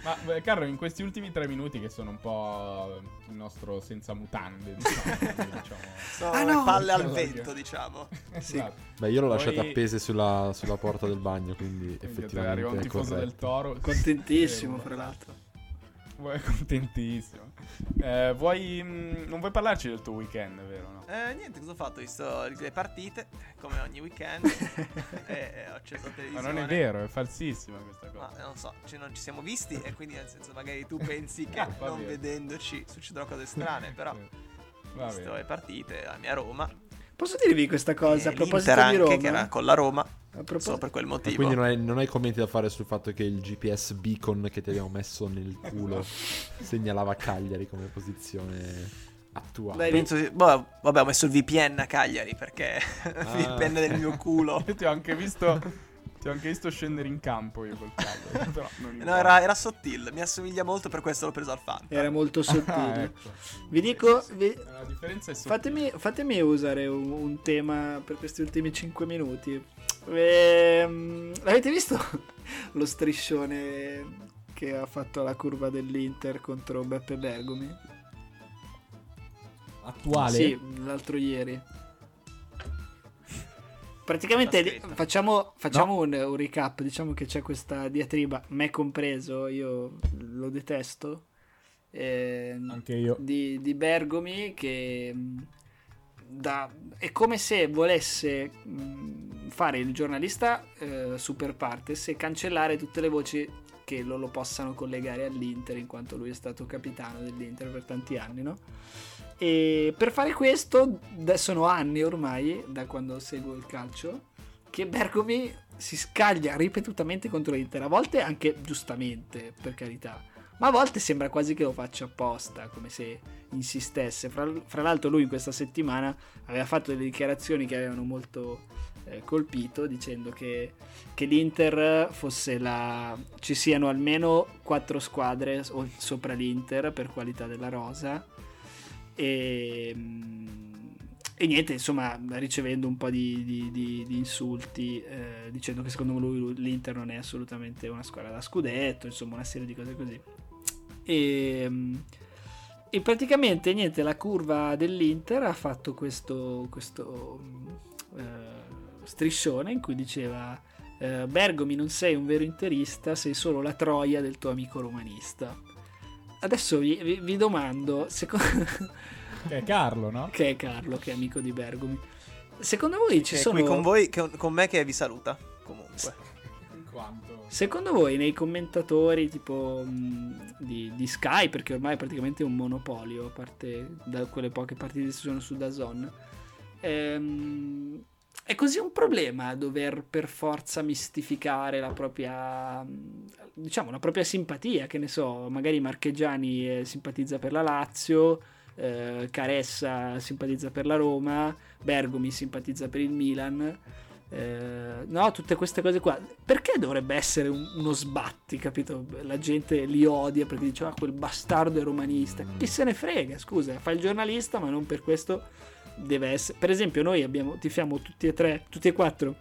Speaker 4: Ma beh, Carlo, in questi ultimi tre minuti che sono un po' il nostro senza mutande, diciamo, quindi, diciamo.
Speaker 3: Sono
Speaker 2: Ah,
Speaker 3: le
Speaker 2: no!
Speaker 3: palle al
Speaker 4: Oddio.
Speaker 3: vento, diciamo.
Speaker 4: Esatto.
Speaker 1: Beh, io l'ho
Speaker 4: Poi-
Speaker 1: lasciata appese sulla, sulla porta del bagno, quindi
Speaker 4: Quindi Arriva
Speaker 1: effettivamente
Speaker 4: un
Speaker 1: è
Speaker 4: tifoso del
Speaker 1: corretto.
Speaker 4: Toro.
Speaker 2: Contentissimo,
Speaker 4: Eh,
Speaker 2: fra l'altro.
Speaker 3: esatto.
Speaker 4: Vuoi contentissimo. Eh, vuoi, mh, non vuoi parlarci del tuo weekend, vero? No?
Speaker 3: Eh, niente, cosa ho fatto? Ho visto le partite, come ogni weekend. e, e ho acceso la
Speaker 4: Ma
Speaker 3: televisione.
Speaker 4: non è vero, è falsissima questa
Speaker 3: Ma eh,
Speaker 4: cosa.
Speaker 3: non so, cioè, non ci siamo visti e quindi nel senso magari tu pensi che
Speaker 4: Ah, va
Speaker 3: non
Speaker 4: bene.
Speaker 3: vedendoci succederò cose strane, però
Speaker 4: Sì.
Speaker 3: ho
Speaker 4: Va
Speaker 3: visto
Speaker 4: bene.
Speaker 3: le partite, la mia Roma.
Speaker 2: Posso dirvi questa cosa?
Speaker 3: e
Speaker 2: a proposito
Speaker 3: Eh,
Speaker 2: di
Speaker 3: l'Inter anche,
Speaker 2: Roma, Ah,
Speaker 3: che era con la Roma,
Speaker 2: a propos-
Speaker 3: solo per quel
Speaker 1: E
Speaker 3: motivo.
Speaker 1: quindi non hai, non hai commenti da fare sul fatto che il GPS beacon che ti abbiamo messo nel culo segnalava Cagliari come posizione attuale.
Speaker 2: Dai,
Speaker 3: Penso sì- boh, vabbè, ho messo il VPN a Cagliari perché
Speaker 2: Ah.
Speaker 3: VPN del mio culo.
Speaker 4: Io ti ho anche visto. ti ho anche visto scendere in campo io col caldo. però non
Speaker 3: No,
Speaker 4: importa.
Speaker 3: era, era sottile, mi assomiglia molto, per questo l'ho preso al fan. Eh,
Speaker 2: era molto sottile.
Speaker 4: Ah, ecco.
Speaker 2: Vi dico,
Speaker 4: Sì, sì.
Speaker 2: vi-
Speaker 4: La differenza è sottile.
Speaker 2: fatemi, fatemi usare un, un tema per questi ultimi 5 minuti. Ehm, avete visto lo striscione che ha fatto la curva dell'Inter contro Beppe Bergomi?
Speaker 6: Attuale?
Speaker 2: Sì, l'altro ieri. Praticamente di-
Speaker 3: Aspetta.
Speaker 2: facciamo, facciamo un, un recap, diciamo che c'è questa diatriba, me compreso, io lo detesto. ehm,
Speaker 6: Anche io.
Speaker 2: di, di Bergomi che mh, da- è come se volesse mh, fare il giornalista eh, super partes e cancellare tutte le voci che lo, lo possano collegare all'Inter in quanto lui è stato capitano dell'Inter per tanti anni no? e per fare questo da- sono anni ormai da quando seguo il calcio che Bergomi si scaglia ripetutamente contro l'Inter a volte anche giustamente per carità ma a volte sembra quasi che lo faccia apposta, come se insistesse. Fra, fra l'altro, lui in questa settimana aveva fatto delle dichiarazioni che avevano molto eh, colpito, dicendo che, che l'Inter fosse la. ci siano almeno quattro squadre o- sopra l'Inter per qualità della rosa. E. mm, e niente, insomma, ricevendo un po' di, di- di- di insulti, eh, dicendo che secondo lui l'Inter non è assolutamente una squadra da scudetto, insomma, una serie di cose così. E, Ehm, e praticamente niente, la curva dell'Inter ha fatto questo, questo mh, eh, striscione in cui diceva eh, Bergomi non sei un vero interista, sei solo la troia del tuo amico romanista. Adesso vi, vi- vi domando, secondo...
Speaker 6: Che è Carlo, no?
Speaker 2: che è Carlo, che è amico di Bergomi. Secondo voi ci
Speaker 3: Che è
Speaker 2: sono...
Speaker 3: qui con voi, che- con me che vi saluta. Comunque,
Speaker 4: In quanto.
Speaker 2: Secondo voi nei commentatori tipo mh, di, di Sky, perché ormai è praticamente un monopolio, a parte da quelle poche partite che ci sono su Dazon, ehm, è così un problema dover per forza mistificare la propria, mh, diciamo, la propria simpatia, che ne so, magari Marchegiani eh, simpatizza per la Lazio, eh, Caressa simpatizza per la Roma, Bergomi simpatizza per il Milan. Eh, no, tutte queste cose qua. Perché dovrebbe essere un- uno sbatti, capito? La gente li odia perché diceva ah, quel bastardo è romanista. Chi se ne frega, scusa, fa il giornalista, ma non per questo deve essere. Per esempio, noi abbiamo, tifiamo tutti e tre, tutti e quattro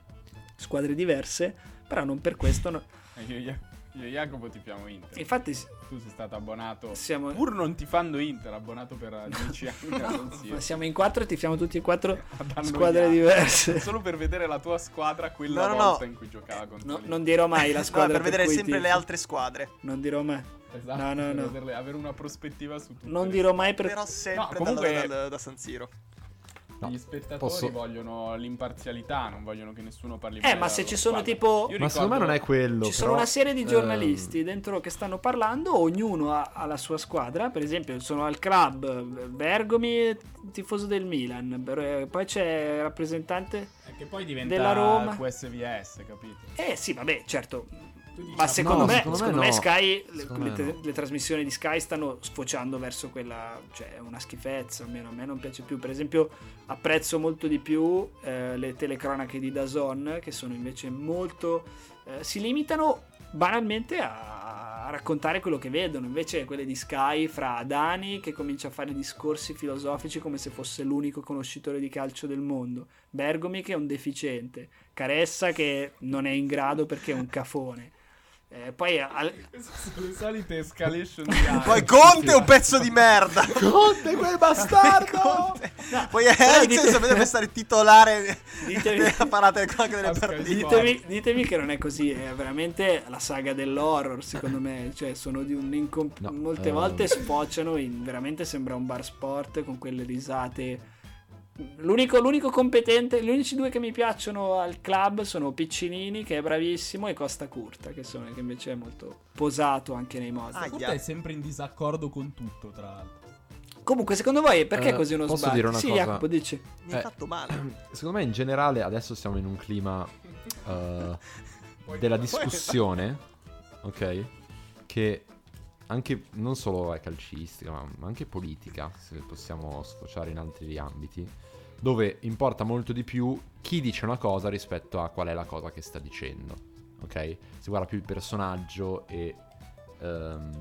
Speaker 2: squadre diverse, però non per questo. no-
Speaker 4: Eh, Io, e Ia- io e Jacopo tifiamo Inter.
Speaker 2: Infatti, s-
Speaker 4: Tu sei stato abbonato.
Speaker 2: siamo.
Speaker 4: Pur non tifando Inter, abbonato per 10 anni alla Lazio.
Speaker 2: ma siamo in quattro e tifiamo tutti e quattro
Speaker 4: Ad annoiare.
Speaker 2: squadre diverse.
Speaker 4: Solo per vedere la tua squadra quella
Speaker 3: No, no,
Speaker 4: volta
Speaker 3: no.
Speaker 4: in cui giocava contro
Speaker 2: No,
Speaker 4: l'Inter.
Speaker 2: non dirò mai la
Speaker 3: No,
Speaker 2: squadra.
Speaker 3: per vedere
Speaker 2: cui
Speaker 3: sempre le
Speaker 2: tifo.
Speaker 3: altre squadre.
Speaker 2: Non dirò mai.
Speaker 4: Esatto,
Speaker 2: No, no,
Speaker 4: per
Speaker 2: no.
Speaker 4: vederle- avere una prospettiva su tutto.
Speaker 2: Non dirò mai per
Speaker 3: Però sempre
Speaker 4: comunque-
Speaker 3: dalla- dal- da San Siro.
Speaker 1: No,
Speaker 4: Gli spettatori
Speaker 1: posso-
Speaker 4: vogliono l'imparzialità, non vogliono che nessuno parli
Speaker 2: Eh,
Speaker 4: male
Speaker 2: ma
Speaker 4: della
Speaker 2: se
Speaker 4: loro
Speaker 2: ci sono
Speaker 4: squadra.
Speaker 2: tipo-
Speaker 4: Io
Speaker 1: Ma secondo me
Speaker 4: ricordo-
Speaker 1: non è quello.
Speaker 2: Ci sono
Speaker 1: però,
Speaker 2: una serie di
Speaker 1: ehm,
Speaker 2: giornalisti dentro che stanno parlando, ognuno ha, ha la sua squadra, per esempio sono al club Bergomi, tifoso del Milan, per- poi c'è il rappresentante...
Speaker 4: È che poi diventa
Speaker 2: della Roma.
Speaker 4: QSVS, capito?
Speaker 2: Eh sì, vabbè, certo,
Speaker 4: Tu dici,
Speaker 2: Ma
Speaker 4: ah,
Speaker 2: secondo
Speaker 1: no,
Speaker 2: me,
Speaker 1: secondo me
Speaker 2: secondo me
Speaker 1: no.
Speaker 2: Sky, le,
Speaker 1: Secondo
Speaker 2: le
Speaker 1: me
Speaker 2: te-
Speaker 1: no.
Speaker 2: le trasmissioni di Sky stanno sfociando verso quella, cioè è una schifezza, almeno a me non piace più. Per esempio apprezzo molto di più eh, le telecronache di Dazon, che sono invece molto... eh, si limitano banalmente a, a raccontare quello che vedono, invece quelle di Sky fra Dani che comincia a fare discorsi filosofici come se fosse l'unico conoscitore di calcio del mondo, Bergomi che è un deficiente, Caressa che non è in grado perché è un cafone. Eh, poi al-
Speaker 4: Queste sono le solite escalation di
Speaker 2: Ah,
Speaker 4: Alex.
Speaker 3: Poi Conte è un pezzo di merda.
Speaker 1: Conte quel bastardo!
Speaker 3: Conte.
Speaker 2: No,
Speaker 3: Poi eh,
Speaker 2: però dite-
Speaker 3: Eriksen sapete stare titolare
Speaker 2: Ditemi-
Speaker 3: della parata del clock delle
Speaker 4: Pascal
Speaker 3: partite.
Speaker 4: Di-
Speaker 2: ditemi, ditemi che non è così, è veramente la saga dell'horror secondo me, cioè sono di un incom-
Speaker 1: No,
Speaker 2: molte
Speaker 1: ehm.
Speaker 2: volte sfociano in veramente sembra un bar sport con quelle risate. L'unico, l'unico competente, gli unici due che mi piacciono al club sono Piccinini che è bravissimo e Costa Curta che, sono- che invece è molto posato anche nei modi.
Speaker 3: Ah,
Speaker 6: Forte è sempre in disaccordo con tutto, tra l'altro.
Speaker 2: Comunque secondo voi perché
Speaker 1: Eh,
Speaker 2: è così uno
Speaker 1: posso
Speaker 2: sbaglio?
Speaker 1: dire una
Speaker 2: sì,
Speaker 1: cosa?
Speaker 2: Jacopo dice.
Speaker 3: Mi ha
Speaker 1: Eh.
Speaker 3: fatto male.
Speaker 1: Secondo me in generale adesso siamo in un clima eh,
Speaker 4: Poi-
Speaker 1: della
Speaker 4: poi-
Speaker 1: discussione, ok? Che anche non solo è calcistica, ma ma anche politica, se possiamo sfociare in altri ambiti, dove importa molto di più chi dice una cosa rispetto a qual è la cosa che sta dicendo, ok? Si guarda più il personaggio e, ehm,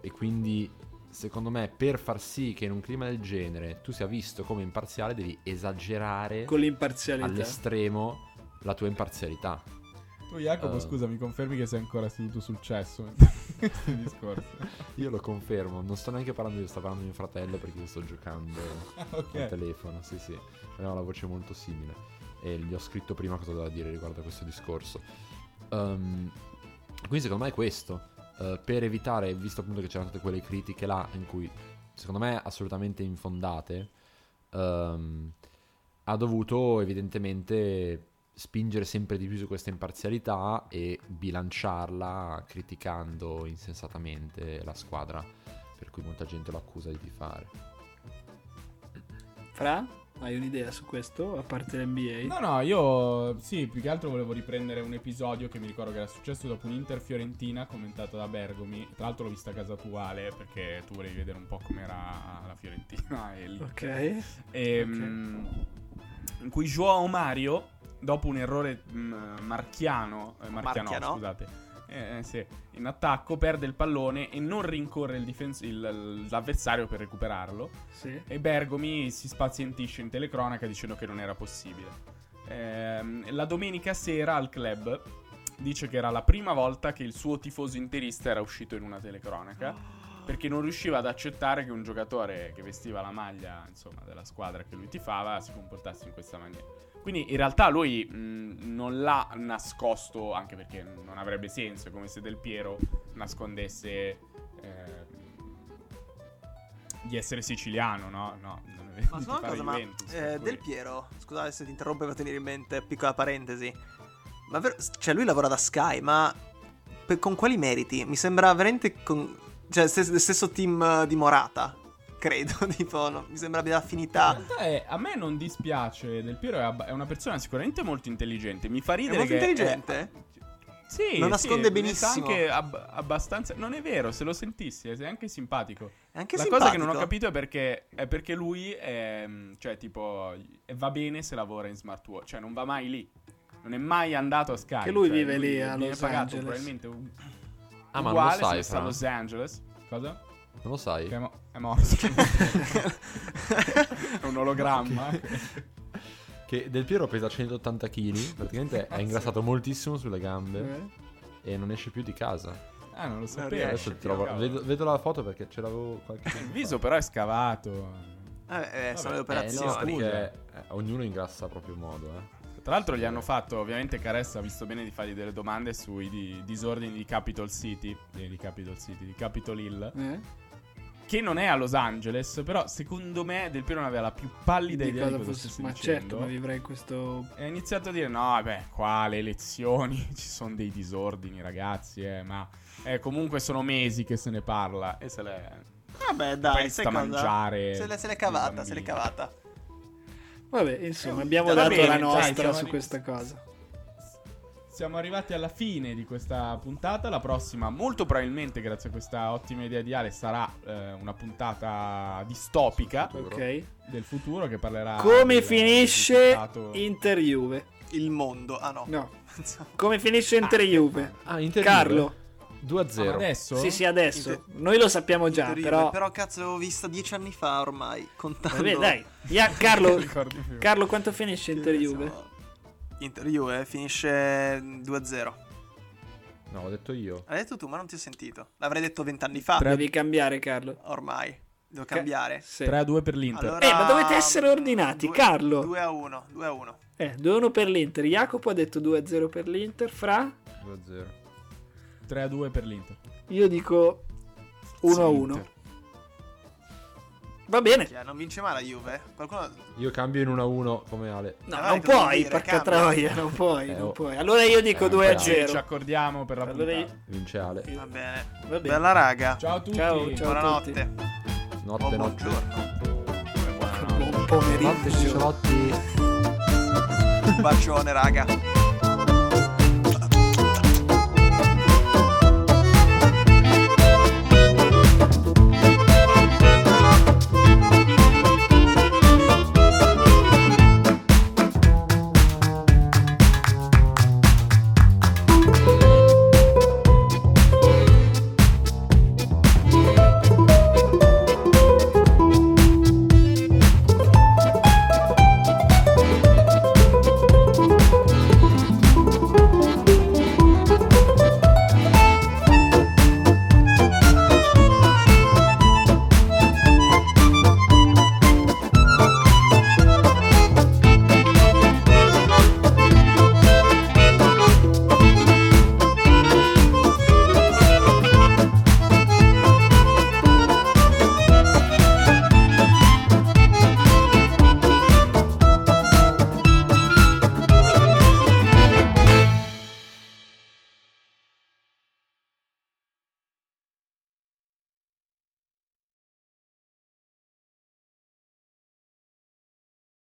Speaker 1: e quindi secondo me per far sì che in un clima del genere tu sia visto come imparziale devi esagerare
Speaker 2: Con l'imparzialità.
Speaker 1: all'estremo la tua imparzialità.
Speaker 6: Tu, Jacopo,
Speaker 1: Eh.
Speaker 6: scusa, mi confermi che sei ancora seduto sul cesso? Questo discorso.
Speaker 1: Io lo confermo, non sto neanche parlando io, sto parlando di mio fratello perché io sto giocando al
Speaker 6: ok.
Speaker 1: telefono, sì sì, aveva la voce molto simile e gli ho scritto prima cosa da dire riguardo a questo discorso. Ehm, quindi secondo me è questo, Eh, per evitare, visto appunto che c'erano tutte quelle critiche là in cui secondo me assolutamente infondate, ehm, ha dovuto evidentemente spingere sempre di più su questa imparzialità e bilanciarla criticando insensatamente la squadra per cui molta gente lo accusa di tifare.
Speaker 2: Fra, hai un'idea su questo? A parte l'NBA?
Speaker 6: No, no, io sì, più che altro volevo riprendere un episodio che mi ricordo che era successo dopo un'Inter Fiorentina commentata da Bergomi. Tra l'altro l'ho vista a casa tua Ale perché tu volevi vedere un po' com'era la Fiorentina e lì.
Speaker 2: Ok.
Speaker 4: Ehm, In cui Joao Mario, dopo un errore
Speaker 6: mm,
Speaker 4: mh, marchiano, eh, marchiano,
Speaker 3: Marchiano.
Speaker 4: scusate, eh, eh, sì, in attacco perde il pallone e non rincorre il difens- il- l'avversario per recuperarlo.
Speaker 2: Sì.
Speaker 4: E Bergomi si spazientisce in telecronaca dicendo che non era possibile. Ehm, la domenica sera al club dice che era la prima volta che il suo tifoso interista era uscito in una telecronaca perché non riusciva ad accettare che un giocatore che vestiva la maglia insomma, della squadra che lui tifava si comportasse in questa maniera. Quindi in realtà lui mh, non l'ha nascosto, anche perché non avrebbe senso, è come se Del Piero nascondesse eh, di essere siciliano, no? No, non è
Speaker 3: Ma
Speaker 4: di
Speaker 3: solo una
Speaker 4: fare
Speaker 3: cosa, ma
Speaker 4: Juventus,
Speaker 3: eh,
Speaker 4: per cui-
Speaker 3: Del Piero, scusate se ti interrompo per tenere in mente, piccola parentesi. Ma ver- cioè lui lavora da Sky, ma per- con quali meriti? Mi sembra veramente con- cioè stes- stesso team eh, di Morata, credo, tipo, no, mi sembra abbia
Speaker 6: In
Speaker 3: affinità.
Speaker 6: realtà è- a me non dispiace, Del Piero è, ab- è una persona sicuramente molto intelligente, mi fa ridere
Speaker 3: molto
Speaker 4: che-
Speaker 3: intelligente?
Speaker 4: Sì,
Speaker 3: Lo
Speaker 4: sì,
Speaker 3: nasconde
Speaker 4: ne sa
Speaker 3: benissimo.
Speaker 4: anche ab- abbastanza. Non è vero, se lo sentissi, è anche simpatico.
Speaker 3: È anche
Speaker 4: la
Speaker 3: simpatico.
Speaker 4: cosa che non ho capito è perché, è perché lui è, cioè, tipo, va bene se lavora in smartwatch, cioè non va mai lì. Non è mai andato a Sky.
Speaker 2: Che lui
Speaker 4: cioè,
Speaker 2: vive lì a
Speaker 4: viene
Speaker 2: Los
Speaker 4: pagato
Speaker 2: Angeles.
Speaker 4: probabilmente un-
Speaker 1: Ah, ma non lo
Speaker 4: uguale
Speaker 1: sai,
Speaker 4: se sta a
Speaker 1: Fra?
Speaker 4: Los Angeles.
Speaker 6: Cosa?
Speaker 1: Non lo sai?
Speaker 6: Che è, mo- è morto.
Speaker 4: È un ologramma.
Speaker 1: Che Del Piero pesa 180 kg, praticamente è ingrassato moltissimo sulle gambe
Speaker 2: Eh?
Speaker 1: e non esce più di casa.
Speaker 4: Eh,
Speaker 6: ah, non lo sapevo.
Speaker 3: riesce.
Speaker 1: Adesso ti trovo,
Speaker 4: cavolo.
Speaker 1: vedo, vedo la foto perché ce l'avevo qualche
Speaker 4: Il
Speaker 1: tempo
Speaker 4: viso
Speaker 1: fa.
Speaker 4: però è scavato.
Speaker 3: Vabbè, eh, sono
Speaker 1: Eh,
Speaker 3: le
Speaker 1: no,
Speaker 3: operazioni.
Speaker 1: perché, eh, ognuno ingrassa a proprio modo, eh.
Speaker 4: Tra l'altro gli hanno fatto, ovviamente Caressa ha visto bene di fargli delle domande sui di- disordini di Capitol City, eh, di Capitol City, di Capitol Hill,
Speaker 2: Eh?
Speaker 4: che non è a Los Angeles, però secondo me Del Piero non aveva la più pallida
Speaker 2: Di
Speaker 4: idea di
Speaker 2: cosa
Speaker 4: cosa
Speaker 2: fosse,
Speaker 4: stesse
Speaker 2: ma
Speaker 4: dicendo.
Speaker 2: certo, ma vivrei in questo.
Speaker 4: E ha iniziato a dire: No, beh, qua le elezioni ci sono dei disordini, ragazzi. Eh, ma eh, comunque sono mesi che se ne parla. E se l'è.
Speaker 3: Vabbè,
Speaker 4: poi
Speaker 3: dai,
Speaker 4: sta
Speaker 3: sai
Speaker 4: a
Speaker 3: cosa?
Speaker 4: mangiare.
Speaker 3: Se l'è, se l'è
Speaker 4: i
Speaker 3: cavata, se l'è
Speaker 4: bambini.
Speaker 3: cavata.
Speaker 2: Vabbè, insomma, abbiamo
Speaker 3: Va
Speaker 2: dato
Speaker 4: bene,
Speaker 2: la
Speaker 4: dai,
Speaker 2: nostra
Speaker 4: siamo
Speaker 2: su
Speaker 4: arrivati.
Speaker 2: questa cosa.
Speaker 4: Siamo arrivati alla fine di questa puntata. La prossima, molto probabilmente, grazie a questa ottima idea di Ale, sarà eh, una puntata distopica
Speaker 2: Ok.
Speaker 4: del futuro che parlerà.
Speaker 2: Come
Speaker 4: del- del
Speaker 2: finisce
Speaker 4: risultato-
Speaker 2: Inter Juve?
Speaker 3: Il mondo. Ah no.
Speaker 2: No. Come finisce Inter Juve?
Speaker 1: Ah, Inter
Speaker 2: Carlo.
Speaker 1: 2 a
Speaker 4: Ah, ma
Speaker 1: 0.
Speaker 4: Adesso?
Speaker 2: Sì, sì, adesso.
Speaker 3: Inter-
Speaker 2: Noi lo sappiamo già,
Speaker 3: Inter-Juve,
Speaker 2: però
Speaker 3: però cazzo l'avevo vista dieci anni fa ormai. Contando.
Speaker 2: Vabbè, dai. Ya- Carlo,
Speaker 4: Non ricordo più.
Speaker 2: Carlo, quanto finisce Inter Juve?
Speaker 3: Inter Juve eh, finisce 2-0.
Speaker 1: No, ho detto io.
Speaker 3: Hai detto tu, ma non ti ho sentito. L'avrei detto vent'anni fa.
Speaker 4: Tre-
Speaker 2: Devi cambiare, Carlo.
Speaker 3: Ormai. Devo
Speaker 2: Ca-
Speaker 3: cambiare.
Speaker 2: Sì.
Speaker 4: 3 a 2 per l'Inter.
Speaker 3: Allora, mm,
Speaker 2: Eh, ma dovete essere ordinati,
Speaker 3: due-
Speaker 2: Carlo.
Speaker 3: 2 a 1, 2 a 1.
Speaker 2: Eh, 2-1 per l'Inter. Jacopo ha detto 2-0 per l'Inter. Fra,
Speaker 1: 2 a 0.
Speaker 4: 3 a 2 per l'Inter.
Speaker 2: io dico 1-1.
Speaker 4: Inter.
Speaker 2: Va bene.
Speaker 3: Cioè, non vince mai la Juve? eh. Qualcuno
Speaker 1: Io cambio in 1 a 1 come Ale.
Speaker 2: No,
Speaker 3: Dai,
Speaker 2: non
Speaker 3: cosa vuol
Speaker 2: puoi,
Speaker 3: dire?
Speaker 2: porca
Speaker 3: Cambia.
Speaker 2: troia, non puoi,
Speaker 1: Eh,
Speaker 2: non
Speaker 1: oh.
Speaker 2: puoi. Allora io dico
Speaker 1: Eh,
Speaker 2: 2 a
Speaker 1: bravo.
Speaker 4: Ci, ci
Speaker 2: 0.
Speaker 4: accordiamo per la
Speaker 2: Allora io-
Speaker 4: puntata.
Speaker 1: Vince Ale.
Speaker 3: Va bene.
Speaker 2: Va bene.
Speaker 3: Bella raga.
Speaker 4: Ciao a tutti.
Speaker 2: Ciao, ciao. a tutti.
Speaker 3: Buonanotte.
Speaker 1: Notte, notte.
Speaker 3: O buongiorno.
Speaker 2: Buon
Speaker 1: Notte,
Speaker 2: pomeriggio.
Speaker 1: Cicciolotti.
Speaker 3: Un bacione raga.